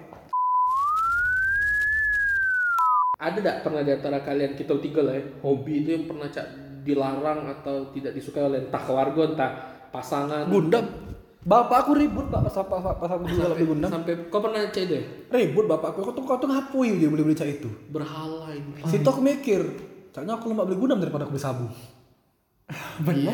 Speaker 1: Ada tidak pernah di antara kalian kita tiga lah ya, hobi itu yang pernah cak dilarang atau tidak disukai oleh entah keluarga entah Nah, pasangan
Speaker 2: Gundam. Bapak aku ribut pak pas pas pas, pas aku juga lebih gundam.
Speaker 1: sampai kau pernah cek ya? deh
Speaker 2: Ribut bapak aku. Kau tuh kau tuh ngapui dia beli beli cak itu.
Speaker 1: berhala ini
Speaker 2: Situ aku mikir, caknya aku lebih beli gundam daripada aku beli sabu.
Speaker 3: benar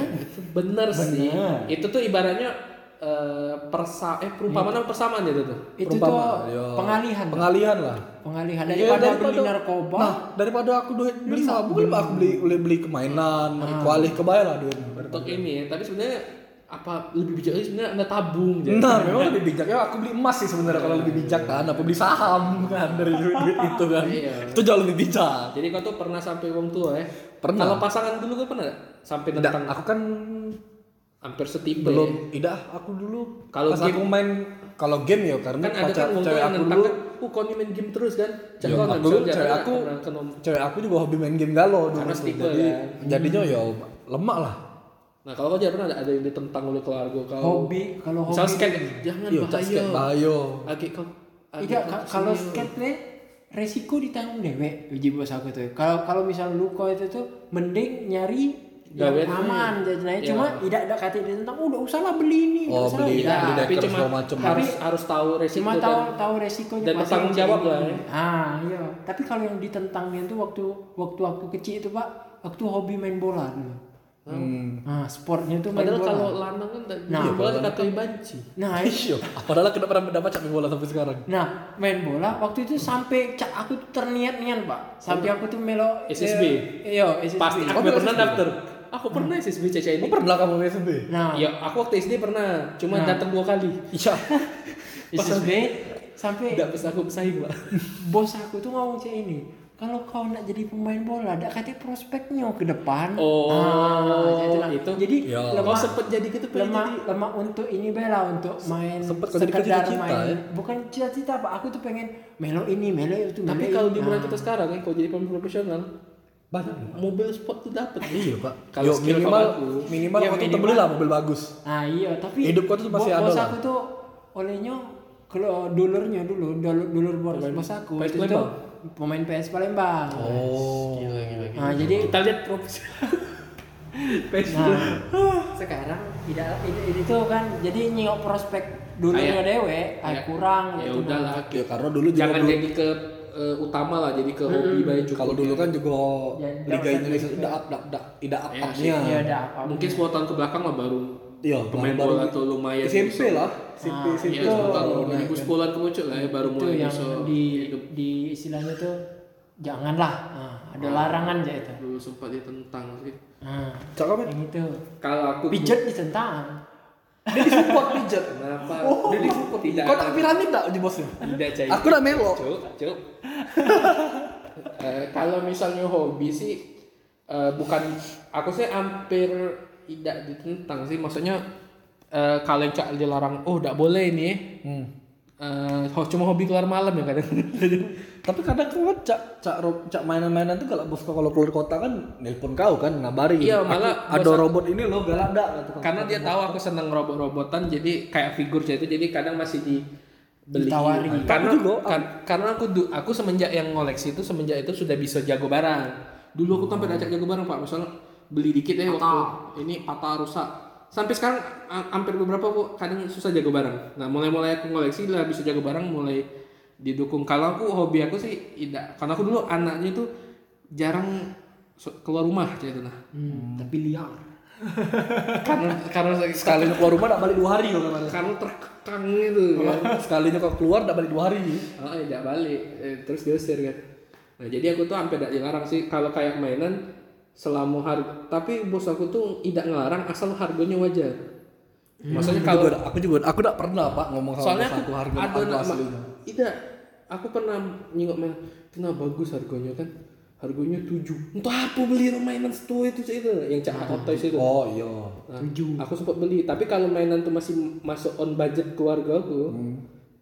Speaker 1: bener, Iya, sih itu tuh ibaratnya eh, persa eh
Speaker 2: Iya.
Speaker 1: perumpamaan apa persamaan itu Nah, tuh
Speaker 3: itu
Speaker 2: Perumpamaan,
Speaker 3: tuh
Speaker 2: yo.
Speaker 3: pengalihan
Speaker 2: iya. Pengalihan lah.
Speaker 1: Iya,
Speaker 3: pengalihan
Speaker 2: Ya,
Speaker 3: daripada, beli narkoba
Speaker 2: Nah, daripada aku duit beli sabu, lebih aku beli beli beli kemainan,
Speaker 1: Ah.
Speaker 2: kualih kebaya lah Nah, duit.
Speaker 1: untuk ini ya tapi sebenarnya apa lebih bijak lagi sebenarnya anda tabung jadi
Speaker 2: Nah, memang lebih bijak ya aku beli emas sih sebenarnya kalau lebih bijak kan, aku beli saham kan dari duit, duit itu kan.
Speaker 1: Iya.
Speaker 2: Itu jauh lebih bijak.
Speaker 1: jadi kau tuh pernah sampai uang tua ya
Speaker 2: Pernah.
Speaker 1: kalau pasangan dulu kau pernah nggak? sampai
Speaker 2: Tidak,
Speaker 1: tentang
Speaker 2: aku kan
Speaker 1: hampir setipe
Speaker 2: belum
Speaker 1: ya?
Speaker 2: tidak aku dulu
Speaker 1: Kalau
Speaker 2: pas
Speaker 1: game-
Speaker 2: aku main kalau game ya karena
Speaker 1: kan ada
Speaker 2: pacar
Speaker 1: kan uang tua
Speaker 2: cewek
Speaker 1: yang
Speaker 2: aku
Speaker 1: nentang
Speaker 2: dulu
Speaker 1: kan oh kau ini main game terus kan
Speaker 2: Ya,
Speaker 1: Jangan,
Speaker 2: aku
Speaker 1: nggak
Speaker 2: dulu
Speaker 1: bisa,
Speaker 2: cewek
Speaker 1: jangan,
Speaker 2: aku
Speaker 1: nggak kena nom-
Speaker 2: cewek aku juga hobi main game galau dulu.
Speaker 1: Karena
Speaker 2: tuh.
Speaker 1: stiker,
Speaker 2: Jadi
Speaker 1: kan?
Speaker 2: jadinya ya lemak lah.
Speaker 1: nah kalau kau jangan pernah ada, ada yang ditentang oleh keluarga kau
Speaker 3: hobi kalau hobi
Speaker 1: Oh. misal skate jangan
Speaker 2: Iya, tak
Speaker 1: bahaya
Speaker 2: sikit bahaya.
Speaker 1: agak kau agak
Speaker 3: Iya,
Speaker 1: kau
Speaker 3: ka- kalau
Speaker 1: kesini.
Speaker 3: skate le, resiko ditanggung dewek uji bos aku tuh. Kalau kalau misal luka itu tuh mending nyari yang
Speaker 1: Gawean.
Speaker 3: aman jajanannya
Speaker 1: Nah, Iya.
Speaker 3: cuma tidak ada kata dia tentang udah usah lah beli ini nggak
Speaker 2: Oh,
Speaker 3: usah lah."
Speaker 2: beli
Speaker 3: Tidak.
Speaker 2: beli
Speaker 1: tapi
Speaker 2: deker
Speaker 1: cuma
Speaker 2: segala macam.
Speaker 1: harus harus tahu resiko
Speaker 3: cuma
Speaker 1: dan-
Speaker 3: tahu tahu resikonya
Speaker 1: dan
Speaker 3: pasti
Speaker 1: bertanggung
Speaker 3: yang
Speaker 1: jawab
Speaker 3: jadi.
Speaker 1: lah ya.
Speaker 3: ah iya tapi kalau yang ditentangnya tuh waktu waktu aku kecil itu pak waktu hobi main bola dulu
Speaker 2: Hmm.
Speaker 3: nah sportnya tuh main
Speaker 1: Hmm. padahal
Speaker 3: bola
Speaker 1: kalau lanang kan tak-
Speaker 3: Nah,
Speaker 1: dia bola dikatain banci
Speaker 3: nah itu-
Speaker 2: Iya, padahal kenapa pernah mendapat cap bola sampai sekarang.
Speaker 3: Nah, main bola waktu itu sampai cak aku tuh terniat-niat, Pak. Sampai aku tuh melo
Speaker 1: SSB.
Speaker 3: eh, Iya, SSB.
Speaker 1: pasti aku
Speaker 2: Kamu
Speaker 1: pernah
Speaker 2: SSB?
Speaker 1: daftar aku pernah SSB caca ini
Speaker 2: Kamu pernah kamu SMB?
Speaker 3: Nah,
Speaker 1: ya aku waktu SD pernah cuma datang dua kali
Speaker 2: Nah. Iya.
Speaker 3: SSB sampai
Speaker 1: tidak bisa aku bersaing pak
Speaker 3: bos aku tuh ngomong cak ini, kalau kau nak jadi pemain bola, dak kata prospeknya ke depan.
Speaker 1: Oh,
Speaker 3: cak itu, nah.
Speaker 1: itu.
Speaker 3: Jadi
Speaker 2: Ah, Ya.
Speaker 1: kau
Speaker 3: lemah,
Speaker 1: sempet jadi gitu pengen
Speaker 3: lemah,
Speaker 1: jadi-
Speaker 3: lemah untuk ini bela untuk main
Speaker 2: sempet kau jadi cita-cita, ya?
Speaker 3: Bukan cita-cita, Pak. Aku tuh pengen melo ini, melo itu, melo
Speaker 1: tapi
Speaker 3: ini.
Speaker 1: kalau di bulan
Speaker 3: Nah.
Speaker 1: kita sekarang ya kalau jadi pemain profesional
Speaker 2: Banyak.
Speaker 1: mobil sport tuh dapat
Speaker 2: Iya, Pak.
Speaker 1: Kalau
Speaker 2: Kalau
Speaker 1: skill
Speaker 2: minimal
Speaker 1: kamu aku. ya
Speaker 2: minimal
Speaker 3: Iya,
Speaker 2: kau tetap
Speaker 3: minimal.
Speaker 2: beli lah mobil bagus.
Speaker 3: Ah iya, tapi
Speaker 2: Hidup kau tuh pasti
Speaker 3: bo-
Speaker 2: ada
Speaker 3: Bos
Speaker 2: lah.
Speaker 3: aku tuh olehnya kalau dulurnya dulu, dulur dulur bos, bos aku
Speaker 1: PS
Speaker 3: itu tuh
Speaker 1: Palembang? iya,
Speaker 3: pemain PS Palembang.
Speaker 2: Oh.
Speaker 3: Nah, jadi
Speaker 1: kita lihat profesional Facebook
Speaker 3: nah, sekarang tidak itu, itu kan jadi nyingok prospek dulurnya
Speaker 1: Kayak-
Speaker 3: dewe, ay
Speaker 1: kayak-
Speaker 3: kurang
Speaker 1: ya
Speaker 3: gitu, nah.
Speaker 1: udahlah
Speaker 2: Ya karena dulu
Speaker 3: Iya,
Speaker 2: juga
Speaker 1: jangan
Speaker 2: dulu-
Speaker 1: jadi ke eh, utama lah jadi ke hobi baik cukup
Speaker 2: kalau dulu kan juga
Speaker 3: Ya,
Speaker 2: Liga
Speaker 3: ndak-
Speaker 2: Indonesia tidak tidak tidak tidak
Speaker 1: Ya,
Speaker 3: Iya,
Speaker 2: up-upnya.
Speaker 3: ada apa?
Speaker 1: mungkin 10 tahun ke belakang lah baru
Speaker 2: Iya,
Speaker 1: pemain
Speaker 2: baru-
Speaker 1: bola tuh lumayan
Speaker 2: SMP lah. SMP
Speaker 3: Ah,
Speaker 2: SMP. Oh.
Speaker 1: Iya, 10 tahun 2010-an ke muncul lah ya baru
Speaker 3: itu
Speaker 1: mulai
Speaker 3: yang
Speaker 1: bisa
Speaker 3: di di istilahnya tuh janganlah. Nah,
Speaker 1: Ah.
Speaker 3: ada larangan aja itu.
Speaker 1: dulu sempat ditentang sih.
Speaker 3: Nah,
Speaker 2: Cak kau
Speaker 3: yang itu
Speaker 1: Kalau aku
Speaker 3: pijat ditentang.
Speaker 2: dia disupport pijat.
Speaker 1: kenapa?
Speaker 2: Oh,
Speaker 1: Dia disupport tidak.
Speaker 2: Kau tak piramid tak di bosnya?
Speaker 1: Tidak, Cai.
Speaker 2: Aku udah melo.
Speaker 1: Cuk, cuk. Eh, kalau misalnya hobi sih eh, bukan aku sih hampir tidak ditentang sih maksudnya eh, kalau yang cak dilarang oh tidak boleh ini Eh, ho- cuma hobi keluar malam ya kadang
Speaker 2: Tapi kadang kan cak cak ro- cak mainan-mainan tuh kalau bosku kalau keluar kota kan nelpon kau kan ngabarin.
Speaker 1: Iya,
Speaker 2: Aku-
Speaker 1: malah Kan-
Speaker 2: ada robot ini lo galak dak kata kau.
Speaker 1: karena dia tahu aku seneng robot-robotan jadi kayak figur jadi itu jadi kadang masih dibeli Nah,
Speaker 3: Ditawari.
Speaker 1: karena
Speaker 2: Aku juga.
Speaker 1: kar- karena aku du- aku semenjak yang ngoleksi itu semenjak itu sudah bisa jago barang dulu aku sampai ajak jago barang pak misalnya beli dikit ya waktu ini patah rusak sampai sekarang ha- hampir beberapa aku kadang susah jago barang nah mulai-mulai aku ngoleksi lah bisa jago barang mulai didukung kalau aku hobi aku sih tidak karena aku dulu anaknya tuh jarang so- keluar rumah kayak itu nah
Speaker 3: Hmm, Tapi liar.
Speaker 1: karena karena sekali
Speaker 2: Sekalinya keluar rumah dak balik dua hari lo kemarin.
Speaker 1: karena terkekang gitu kan.
Speaker 2: Sekalinya kau keluar dak balik dua hari.
Speaker 1: Oh, tidak balik Eh, terus diusir kan nah jadi aku tuh hampir tidak dilarang sih kalau kayak mainan selama harga tapi bos aku tuh tidak ngelarang asal harganya wajar Hmm. maksudnya
Speaker 2: Aku
Speaker 1: kalau
Speaker 2: juga- aku juga aku dak pernah Pak ngomong sama
Speaker 1: soalnya
Speaker 2: Hmm. bos
Speaker 1: aku
Speaker 2: aku harga
Speaker 1: ada
Speaker 2: harga
Speaker 1: nama-
Speaker 2: aslinya.
Speaker 1: tidak aku pernah nyingok mainan kena bagus harganya kan harganya 7 untuk apa beli mainan setua itu Cik, itu yang cak kotois itu
Speaker 2: Oh iya.
Speaker 1: Nah, aku sempat beli, tapi kalau mainan tuh masih masuk on budget keluarga aku.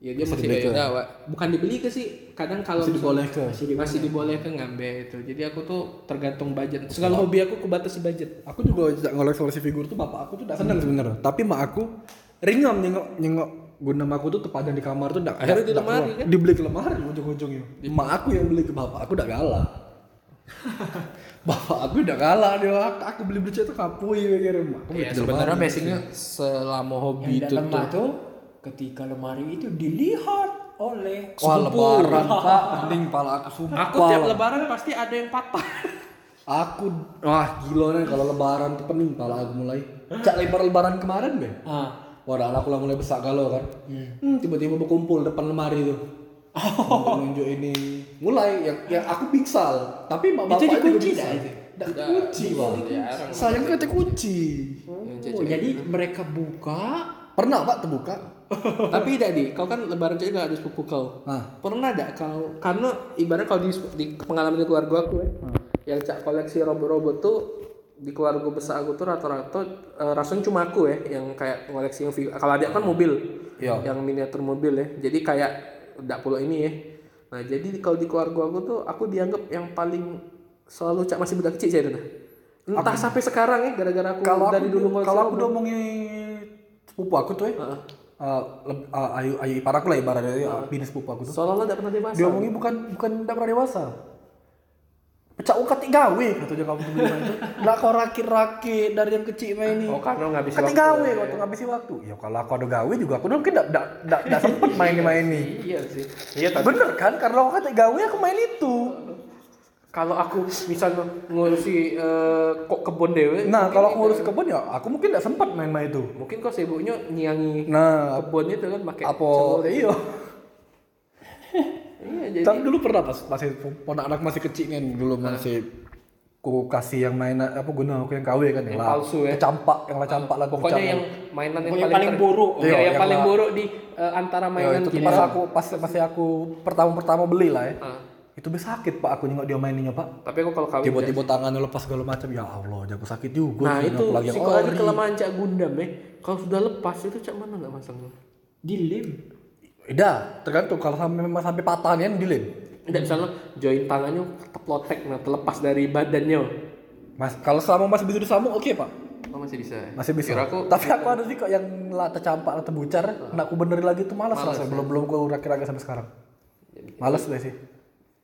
Speaker 1: Ya dia masih, beda, Wak. Bukan dibeli ke sih, kadang kalau masih
Speaker 2: dibolehkan.
Speaker 1: masih, dibolehkan ngambil itu. Jadi aku tuh tergantung budget. Segala hobi aku kubatasi budget.
Speaker 2: Aku juga sejak ngoleksi figur tuh bapak aku tuh dak seneng sebenarnya. Tapi mak aku ringam nyengok nyengok guna aku tuh tepadan di kamar tuh dak
Speaker 1: Akhirnya di
Speaker 2: dak
Speaker 1: lemari, kan?
Speaker 2: keluar. Dibeli ke lemari ujung-ujungnya. Mak aku yang beli ke bapak aku dak galak. bapak aku dak galak dia aku beli beli itu kapui kira mak. aku
Speaker 1: Ya,
Speaker 2: beli
Speaker 1: sebenarnya
Speaker 2: lemari.
Speaker 1: basicnya selama hobi
Speaker 3: Yang
Speaker 1: itu
Speaker 3: dalam
Speaker 1: tuh
Speaker 3: tuh ketika lemari itu dilihat oleh
Speaker 2: Wah lebaran pak, mending pala aku sumpah.
Speaker 1: Aku tiap lebaran pasti ada yang patah.
Speaker 2: Aku wah gila nih kalau lebaran tuh pening pala aku mulai. Cak lebar lebaran kemarin be.
Speaker 3: ah
Speaker 2: Wah dah aku lah mulai besar galau kan. Hmm, tiba-tiba berkumpul depan lemari tuh. Oh. Nunjuk ini. Mulai yang yang aku piksal, tapi mak bapak
Speaker 3: Itu dikunci
Speaker 2: juga
Speaker 3: dah
Speaker 2: piksal.
Speaker 3: itu?
Speaker 2: Dah kunci, Pak. Sayang kata kunci.
Speaker 3: Oh, jadi mereka buka
Speaker 2: Pernah Pak terbuka?
Speaker 1: tapi tidak di, kau kan lebaran juga ada sepupu kau.
Speaker 2: Nah,
Speaker 1: pernah ada kalau karena ibarat kalau di, di pengalaman di keluarga aku ya,
Speaker 2: Hmm.
Speaker 1: yang cak koleksi robot-robot tuh di keluarga besar aku tuh rata-rata eh, rasanya cuma aku ya yang kayak koleksi yang figu- kalau adik kan mobil
Speaker 2: Iya.
Speaker 1: yang miniatur mobil ya jadi kayak tidak pula ini ya nah jadi kalau di keluarga aku tuh aku dianggap yang paling selalu cak masih budak kecil saya nah entah sampai sekarang ya gara-gara aku
Speaker 2: kalau
Speaker 1: dari dulu ngoleksi
Speaker 2: kalau aku
Speaker 1: robot.
Speaker 2: udah ngomongin sepupu aku tuh ya. eh, leb- eh, ayu ayu ipar aku lah ibaratnya ya, bini sepupu aku tuh.
Speaker 1: seolah-olah tidak pernah dewasa
Speaker 2: Dia ngomongin bukan bukan tidak pernah dewasa. Pecah ukat tiga w katanya kamu tuh beli main itu. Nggak kau rakit-rakit dari yang kecil main ini.
Speaker 1: oh karena nggak bisa
Speaker 2: Kan
Speaker 1: waktu.
Speaker 2: gawe waktu ngabisin waktu. Ya kalau aku ada gawe juga aku mungkin enggak enggak enggak sempet main-main nih.
Speaker 1: iya sih
Speaker 2: Bener kan? Karena aku kata gawe aku main itu.
Speaker 1: kalau aku misalnya ngurusi eh, kok kebun dewe
Speaker 2: Nah,
Speaker 1: mungkin
Speaker 2: kalau
Speaker 1: itu-
Speaker 2: aku ngurus kebun ya aku mungkin enggak sempet main-main itu.
Speaker 1: mungkin kok sibuknya nyiangi
Speaker 2: Nah,
Speaker 1: kebun itu kan pakai
Speaker 2: apa
Speaker 1: celur.
Speaker 2: iya.
Speaker 1: iya jadi Ah.
Speaker 2: Tapi dulu pernah pas masih ponak anak masih kecil kan dulu masih ku kasih yang main apa guna aku yang KW kan yang lah
Speaker 1: palsu ya.
Speaker 2: kecampak yang lah campak lah kan.
Speaker 1: pokoknya
Speaker 2: kecampak.
Speaker 1: yang mainan yang
Speaker 3: Pokoknya
Speaker 1: paling,
Speaker 3: paling buruk.
Speaker 1: Iya,
Speaker 2: Iya,
Speaker 1: yang,
Speaker 2: yang
Speaker 1: paling
Speaker 2: lah.
Speaker 1: buruk di eh, antara
Speaker 2: Ya,
Speaker 1: mainan
Speaker 2: itu tuh
Speaker 1: gini.
Speaker 2: pas aku pas masih aku pertama pertama beli lah ya.
Speaker 1: Ah.
Speaker 2: Itu be sakit pak aku nengok dia maininnya pak.
Speaker 1: tapi aku kalau kawin
Speaker 2: tiba-tiba tangannya lepas segala macam ya Allah jago sakit juga
Speaker 1: nah
Speaker 2: nih,
Speaker 1: itu
Speaker 2: apalagi yang
Speaker 1: psikologi
Speaker 2: ori.
Speaker 1: kelemahan cak gundam ya kalau sudah lepas itu cak mana nggak masangnya
Speaker 3: dilem.
Speaker 2: Dah, tergantung kalau sampai memang sampai patahnya dilem
Speaker 1: tidak misalnya join tangannya teplotek nah terlepas dari badannya
Speaker 2: mas kalau selama masih bisa disambung oke pak
Speaker 1: oh, masih bisa ya?
Speaker 2: masih bisa
Speaker 1: Kira aku
Speaker 2: tapi aku ada sih kok yang lah tercampak lah terbucar nak aku benerin lagi tuh malas,
Speaker 1: ya.
Speaker 2: rasanya belum belum aku rakyat sampai sekarang
Speaker 1: gitu.
Speaker 2: malas deh sih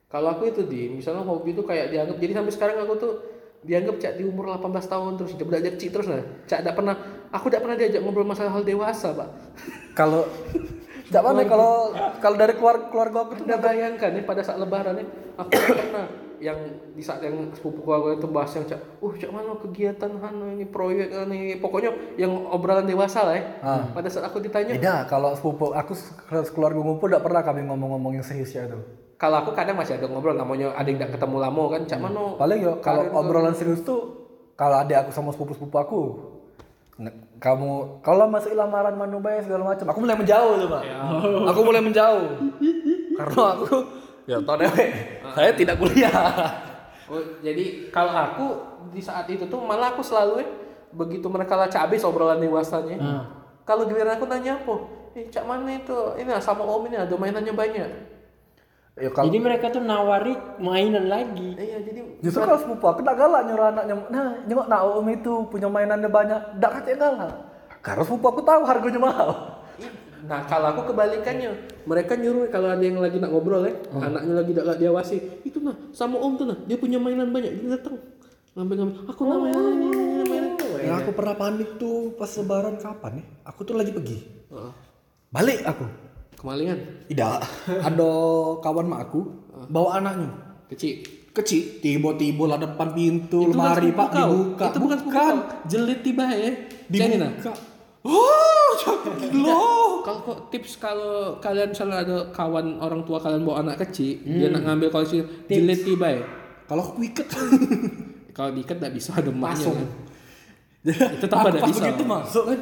Speaker 1: Kalau aku itu di, misalnya hobi itu kayak dianggap jadi sampai sekarang aku tuh dianggap cak di umur 18 tahun terus udah budak kecil terus lah. Cak tidak pernah aku tidak pernah diajak ngobrol masalah hal dewasa, Pak.
Speaker 2: kalau Cak mana kalau kalau dari keluarga keluarga aku tuh
Speaker 1: Anda bayangkan nih pada saat lebaran nih aku nggak pernah yang di saat yang sepupu aku itu bahas yang cak, uh cak mana kegiatan anu ini proyek anu ini pokoknya yang obrolan dewasa lah ya. Pada saat aku ditanya,
Speaker 2: tidak kalau sepupu aku keluarga ngumpul tidak pernah kami ngomong-ngomong yang serius ya itu
Speaker 1: kalau aku kadang masih ada ngobrol namanya ada yang tidak ketemu lama kan, cak mana
Speaker 2: paling ya kalau obrolan serius tuh kalau ada aku sama sepupu sepupu aku Nah, kamu kalau masuk lamaran manubai segala macam aku mulai menjauh tuh pak aku mulai menjauh karena aku ya tau deh saya tidak kuliah
Speaker 1: Oh, jadi kalau aku di saat itu tuh malah aku selalu eh, begitu mereka lah habis obrolan dewasanya.
Speaker 3: Ah.
Speaker 1: Kalau giliran aku nanya apa? Eh, cak mana itu? Ini ah, sama Om ini ada mainannya banyak.
Speaker 2: Ya kalau
Speaker 3: Jadi mereka tuh nawari mainan lagi.
Speaker 1: Eh, Iya, jadi
Speaker 2: justru kalau sepupu aku tak galak nyuruh anaknya, nah nyengok nak om itu punya mainannya banyak, tak kacau galak. Karena sepupu aku tahu harganya mahal.
Speaker 1: Nah, kalau aku kebalikannya, mereka nyuruh kalau ada yang lagi nak ngobrol ya,
Speaker 3: Oh.
Speaker 1: anaknya lagi tidak diawasi, itu nah sama om tuh nah, dia punya mainan banyak, dia datang ngambil-ngambil, aku
Speaker 3: Oh.
Speaker 1: nak mainan, mainan, mainan, mainan.
Speaker 2: Ya, aku pernah panik tuh pas lebaran kapan ya? Aku tuh lagi pergi.
Speaker 1: Heeh.
Speaker 2: Balik aku.
Speaker 1: Oh, Kemalingan,
Speaker 2: Tidak. Ada kawan mak aku bawa anaknya.
Speaker 1: kecil.
Speaker 2: Kecil, tiba-tiba lah depan
Speaker 1: Itu
Speaker 2: pintu
Speaker 1: bukan
Speaker 2: lemari
Speaker 1: sepupu
Speaker 2: pak
Speaker 1: kau.
Speaker 2: dibuka.
Speaker 1: Itu bukan sepupu kau. Jelit tiba ya. Jadi nah.
Speaker 2: dibuka. Oh, cantik loh.
Speaker 1: Kalau kok tips kalau kalian misalnya ada kawan orang tua kalian bawa anak kecil, dia nak ngambil koleksi jelit tiba ya.
Speaker 2: Kalau aku ikat.
Speaker 1: Kalau diikat tidak bisa ada emaknya.
Speaker 2: Pasung.
Speaker 1: Kan? Itu tetap
Speaker 2: Aku
Speaker 1: ada
Speaker 2: pas
Speaker 1: bisa.
Speaker 2: begitu masuk kan.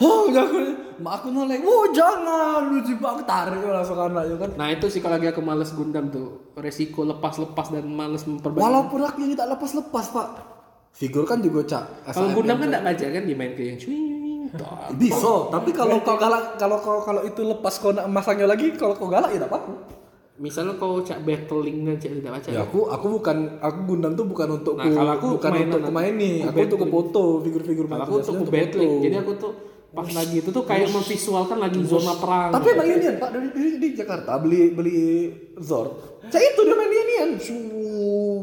Speaker 2: Oh, enggak aku. Mak aku nolak. Oh, jangan lu jebak aku tarik langsung anaknya kan.
Speaker 1: Nah itu sih kalau lagi aku males gundam tuh resiko lepas-lepas dan males memperbaiki.
Speaker 2: Walaupun aku yang tak lepas-lepas, Pak. Figur kan juga cak.
Speaker 1: kalau gundam kan tidak baca kan dia main ke yang cuing. tok.
Speaker 2: Bisa, tapi kalau kau galak, kalau kau kalau itu lepas kau nak masangnya lagi, kalau kau galak ya tak apa.
Speaker 1: Misalnya kau cak battling dan cak tidak baca.
Speaker 2: Ya aku aku bukan aku Gundam tuh bukan untuk
Speaker 1: Nah,
Speaker 2: ku-
Speaker 1: kalau aku
Speaker 2: bukan
Speaker 1: mainan
Speaker 2: untuk
Speaker 1: aku-
Speaker 2: ku maini,
Speaker 1: aku
Speaker 2: aku untuk ke foto figur-figur
Speaker 1: Kalau
Speaker 2: main
Speaker 1: aku tuh
Speaker 2: biasanya
Speaker 1: aku
Speaker 2: untuk
Speaker 1: battling.
Speaker 2: foto.
Speaker 1: Jadi aku tuh pas lagi itu tuh kayak memvisualkan lagi zona perang.
Speaker 2: Tapi emang Union Pak dari di, di Jakarta beli beli Zord. Cak itu dia main Union. Shuu.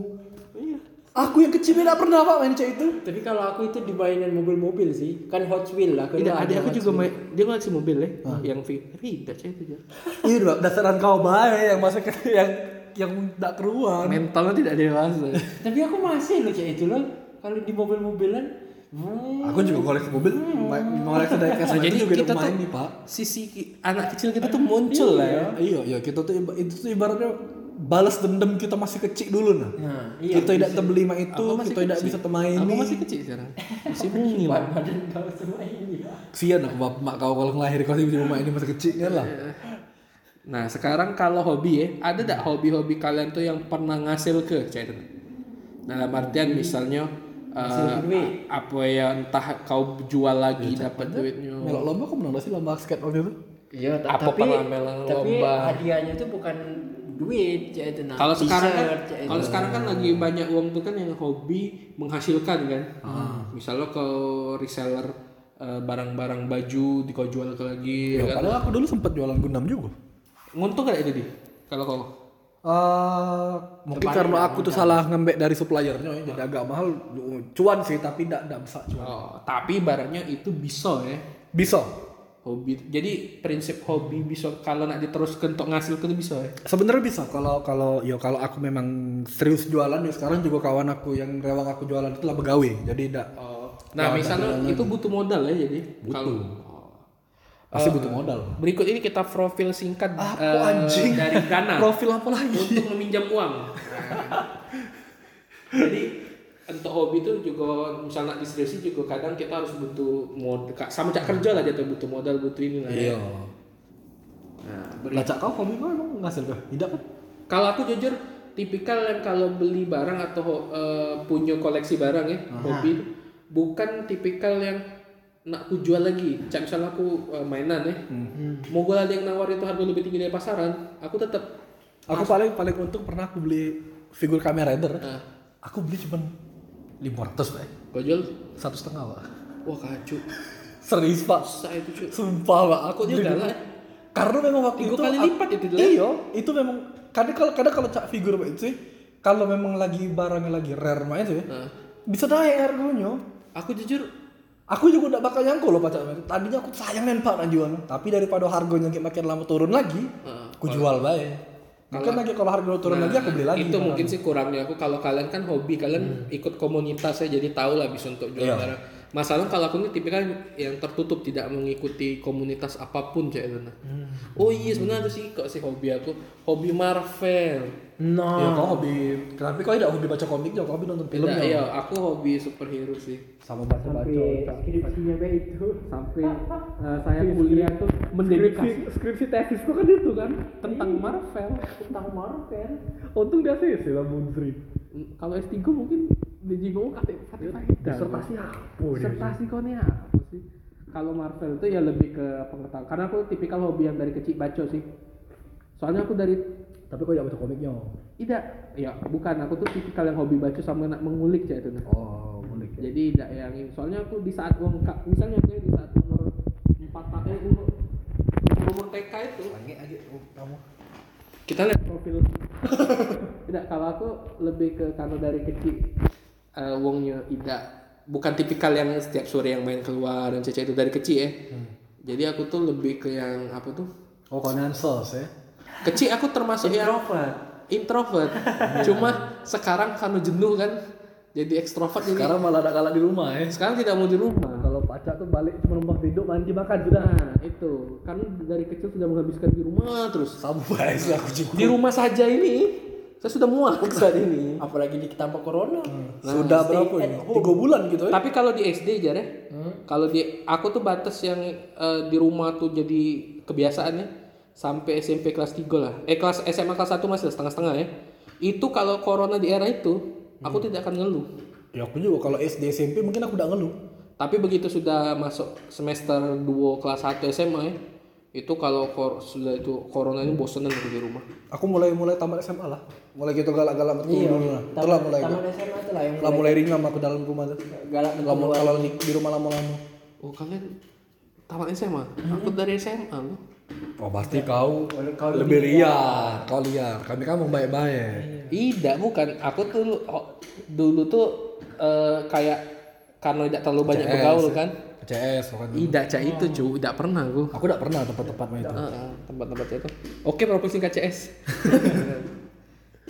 Speaker 1: Iya.
Speaker 2: Aku yang kecil tidak pernah Pak main cak itu.
Speaker 3: Tapi kalau aku itu di mainan mobil-mobil sih, kan Hot Wheels lah.
Speaker 1: Tidak, Iya, adik aku
Speaker 3: Hot
Speaker 1: juga
Speaker 3: Wheels.
Speaker 1: main, dia koleksi mobil ya, yang V. Tapi tidak cah itu aja.
Speaker 2: Iya Pak, dasaran kau baik yang masuk ke- yang yang tidak keruan.
Speaker 1: Mentalnya tidak dewasa.
Speaker 3: Tapi aku masih loh cek itu loh. Kalau di mobil-mobilan, hmm,
Speaker 2: Aku juga koleksi mobil, ma- koleksi dari
Speaker 1: Nah,
Speaker 2: kasar
Speaker 1: Hmm. jadi
Speaker 2: itu juga
Speaker 1: kita
Speaker 2: kita
Speaker 1: tuh
Speaker 2: main nih Pak.
Speaker 1: sisi ki- anak kecil kita tuh muncul lah ya.
Speaker 2: Iya, iya kita tuh iba- itu tuh ibaratnya balas dendam kita masih kecil dulu nah.
Speaker 3: Nah, iya,
Speaker 2: kita tidak terbelima itu,
Speaker 1: Aku masih
Speaker 2: kita tidak
Speaker 1: kecil.
Speaker 2: bisa temaini.
Speaker 1: Aku masih kecil sekarang. Masih mungil.
Speaker 3: badan kau semua ini ya.
Speaker 2: Kesian aku bapak mak kau kalau ngelahir kau tiba-tiba mainin masa kecilnya kan lah.
Speaker 1: Nah, sekarang kalau hobi ya, ada tidak hobi-hobi kalian tuh yang pernah ngasil ke cah itu? Dalam artian misalnya
Speaker 3: Ngasil
Speaker 1: eh,
Speaker 3: duit.
Speaker 1: apa ya entah kau jual lagi dapat duitnya.
Speaker 2: Melok lomba kau menang nggak sih lomba basket waktu itu.
Speaker 3: Iya, ta-
Speaker 1: Apa
Speaker 3: tapi
Speaker 1: palang-palang
Speaker 3: tapi
Speaker 1: lomba?
Speaker 3: hadiahnya tuh bukan duit cek itu. Nah,
Speaker 1: Kalau sekarang kan,
Speaker 3: t-shirt, cek itu.
Speaker 1: kalau sekarang kan lagi banyak uang tuh kan yang hobi menghasilkan kan.
Speaker 2: Ah.
Speaker 1: Misalnya kau reseller eh, barang-barang baju di kau jual ke lagi. ya kan?
Speaker 2: Iya, Padahal aku dulu sempat jualan gundam juga.
Speaker 1: Nguntung gak itu di? Kalau kau
Speaker 2: Eh, mungkin karena aku tuh salah ngembek dari suppliernya ya, jadi agak mahal cuan sih tapi tidak tidak besar cuan
Speaker 1: Oh, tapi barangnya itu bisa ya.
Speaker 2: bisa
Speaker 1: Hobi. Jadi prinsip hobi bisa kalau nak diteruskan untuk ngasilkan itu bisa ya.
Speaker 2: sebenarnya bisa kalau kalau ya kalau aku memang serius jualan ya sekarang juga kawan aku yang rewang aku jualan itu lah begawe jadi tidak
Speaker 1: Nah, misalnya itu butuh modal ya jadi. Kalau
Speaker 2: pasti butuh modal
Speaker 1: berikut ini kita profil singkat
Speaker 2: Eh, Apa
Speaker 1: eh,
Speaker 2: anjing?
Speaker 1: dari Dana.
Speaker 2: profil apa lagi
Speaker 1: untuk meminjam uang. Nah. Jadi untuk hobi itu juga misalnya distribusi juga kadang kita harus butuh modal sama cak kerja lah jatuh butuh modal butuh ini lah.
Speaker 2: Iya.
Speaker 1: ya. Nah, beri-
Speaker 2: Lacak kau hobi kau emang ngasil kah? Tidak kan?
Speaker 1: kalau aku jujur tipikal yang kalau beli barang atau eh, punya koleksi barang ya hobi bukan tipikal yang nak ku jual lagi. Cak misalnya aku eh, mainan ya. Mau gue ada yang nawar itu harga lebih tinggi dari pasaran, aku tetap
Speaker 2: Aku paling paling untung pernah aku beli figur Kamen Rider.
Speaker 1: Ah.
Speaker 2: Eh. Aku beli cuman 500 pak.
Speaker 1: gue jual.
Speaker 2: Satu setengah pak.
Speaker 1: Wah kacau.
Speaker 2: Serius pak.
Speaker 1: Susah itu cuy.
Speaker 2: Sumpah pak. Aku
Speaker 1: Dia
Speaker 2: beli-
Speaker 1: galak.
Speaker 2: Karena memang
Speaker 1: Iya,
Speaker 2: waktu
Speaker 1: Tiga
Speaker 2: itu.
Speaker 1: kali
Speaker 2: aku-
Speaker 1: lipat itu dia.
Speaker 2: Iya. Itu memang. Kadang kalau kadang kalau cak figur pak itu sih. Kalau memang lagi barangnya lagi rare main sih.
Speaker 1: Ah.
Speaker 2: Bisa naik harganya.
Speaker 1: Aku jujur
Speaker 2: Aku juga udah bakal nyangkul loh pacar. Tadinya aku sayang nih pak Najwan. Tapi daripada harganya kayak makin lama turun lagi,
Speaker 1: Heeh.
Speaker 2: aku jual baik. Mungkin lagi kalau harga turun lagi aku beli
Speaker 1: Nah,
Speaker 2: lagi. Hmm.
Speaker 1: itu mungkin sih kurangnya aku kalau kalian kan hobi kalian ikut komunitas ya jadi tahu lah bisa untuk
Speaker 2: Iya.
Speaker 1: jual barang masalah kalau aku ini tipikal yang tertutup tidak mengikuti komunitas apapun cek Elena.
Speaker 2: Hmm.
Speaker 1: oh iya sebenarnya itu sih kok sih hobi aku hobi Marvel
Speaker 3: nah,
Speaker 2: Ya kau hobi, tapi kau tidak hobi baca komik juga, kau hobi nonton film
Speaker 1: tidak
Speaker 2: ya.
Speaker 1: ya aku hobi superhero sih
Speaker 2: Sama baca baca.
Speaker 3: skripsinya be itu.
Speaker 1: sampai eh, saya kuliah tuh mendedikasi Iya.
Speaker 5: skripsi tesisku kan itu kan
Speaker 1: tentang Marvel
Speaker 5: tentang Marvel
Speaker 1: untung dia sih
Speaker 5: Sheila Moon Street
Speaker 1: Kalau S3 mungkin di ya, Jigo KTP kita.
Speaker 3: Iya, Disertasi apa dia?
Speaker 1: Disertasi kau nih ah, apa sih? Kalau Marvel itu ya lebih ke pengetahuan. Karena aku tipikal hobi yang dari kecil baca sih. Soalnya aku dari
Speaker 3: Tapi kok tidak baca komiknya?
Speaker 1: tidak ya bukan aku tuh tipikal yang hobi baca sama nak mengulik ya itu. Nah.
Speaker 3: Oh, boleh.
Speaker 1: jadi tidak yang ini. soalnya aku di saat gua nggak- misalnya aku di saat umur empat tahun eh, umur umur TK itu
Speaker 2: Sange aja oh, kamu.
Speaker 1: kita lihat profil tidak kalau aku lebih ke karena dari kecil eh, wongnya tidak bukan tipikal yang setiap sore yang main keluar dan cece itu dari kecil ya jadi aku tuh lebih ke yang apa tuh
Speaker 6: Oh, kalian sos ya?
Speaker 2: eh?
Speaker 1: kecil aku termasuk yang introvert cuma sekarang karena jenuh kan jadi ekstrovert jadi
Speaker 3: Sekarang malah ada kalah di rumah
Speaker 2: eh.
Speaker 3: ya.
Speaker 1: sekarang tidak mau di rumah
Speaker 3: Kalau pacar tuh balik cuma numpang tidur, mandi makan sudah.
Speaker 1: Nah, itu. Karena dari kecil sudah menghabiskan di rumah terus.
Speaker 2: Sampai sih aku juga.
Speaker 1: Di rumah saja ini, saya sudah muak saat ini.
Speaker 7: Apalagi di tanpa corona.
Speaker 1: Hmm. Nah,
Speaker 2: Sudah berapa
Speaker 7: at
Speaker 2: ini? Tiga bulan gitu ya?
Speaker 1: Tapi kalau di SD aja deh, kalau di aku tuh batas yang eh, di rumah tuh jadi kebiasaannya sampai SMP kelas 3 lah. Eh kelas SMA kelas 1 masih lah, setengah-setengah ya. Itu kalau corona di era itu, aku tidak akan ngeluh.
Speaker 2: Ya aku juga kalau SD SMP mungkin aku udah ngeluh.
Speaker 1: Tapi begitu sudah masuk semester 2 kelas 1 SMA ya, itu kalau kor- sudah itu corona ini bosenan aku di rumah.
Speaker 2: Aku mulai mulai tamat SMA lah. Mulai gitu galak-galak betul dulu lah. Itulah mulai.
Speaker 7: Taman SMA itu lah yang
Speaker 2: Lah mulai ringan aku dalam rumah tuh.
Speaker 7: galak
Speaker 2: Lama kalau di, di rumah lama-lama.
Speaker 1: Oh kalian tamat SMA? Aku dari SMA loh.
Speaker 2: Oh pasti kau, lebih liar. Kau liar. Kami kamu baik-baik.
Speaker 1: Tidak bukan. Aku tuh lu- oh, dulu tuh eh, kayak karena tidak terlalu banyak bergaul kan.
Speaker 2: CS kan.
Speaker 1: Tidak cak itu cuy. Tidak pernah aku.
Speaker 2: Aku udah pernah tempat-tempatnya itu.
Speaker 1: Ah, ah, tempat-tempat cak itu. Oke provinsi KCS.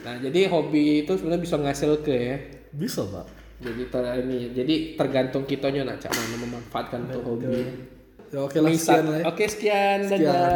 Speaker 1: nah jadi hobi itu sebenarnya bisa ngasil ke ya.
Speaker 2: Bisa pak.
Speaker 1: Jadi ter ini jadi tergantung kitanya nak cak mana memanfaatkan tuh hobi. Nah,
Speaker 2: Ya oke lah sekian lah ya.
Speaker 1: Oke sekian dadah.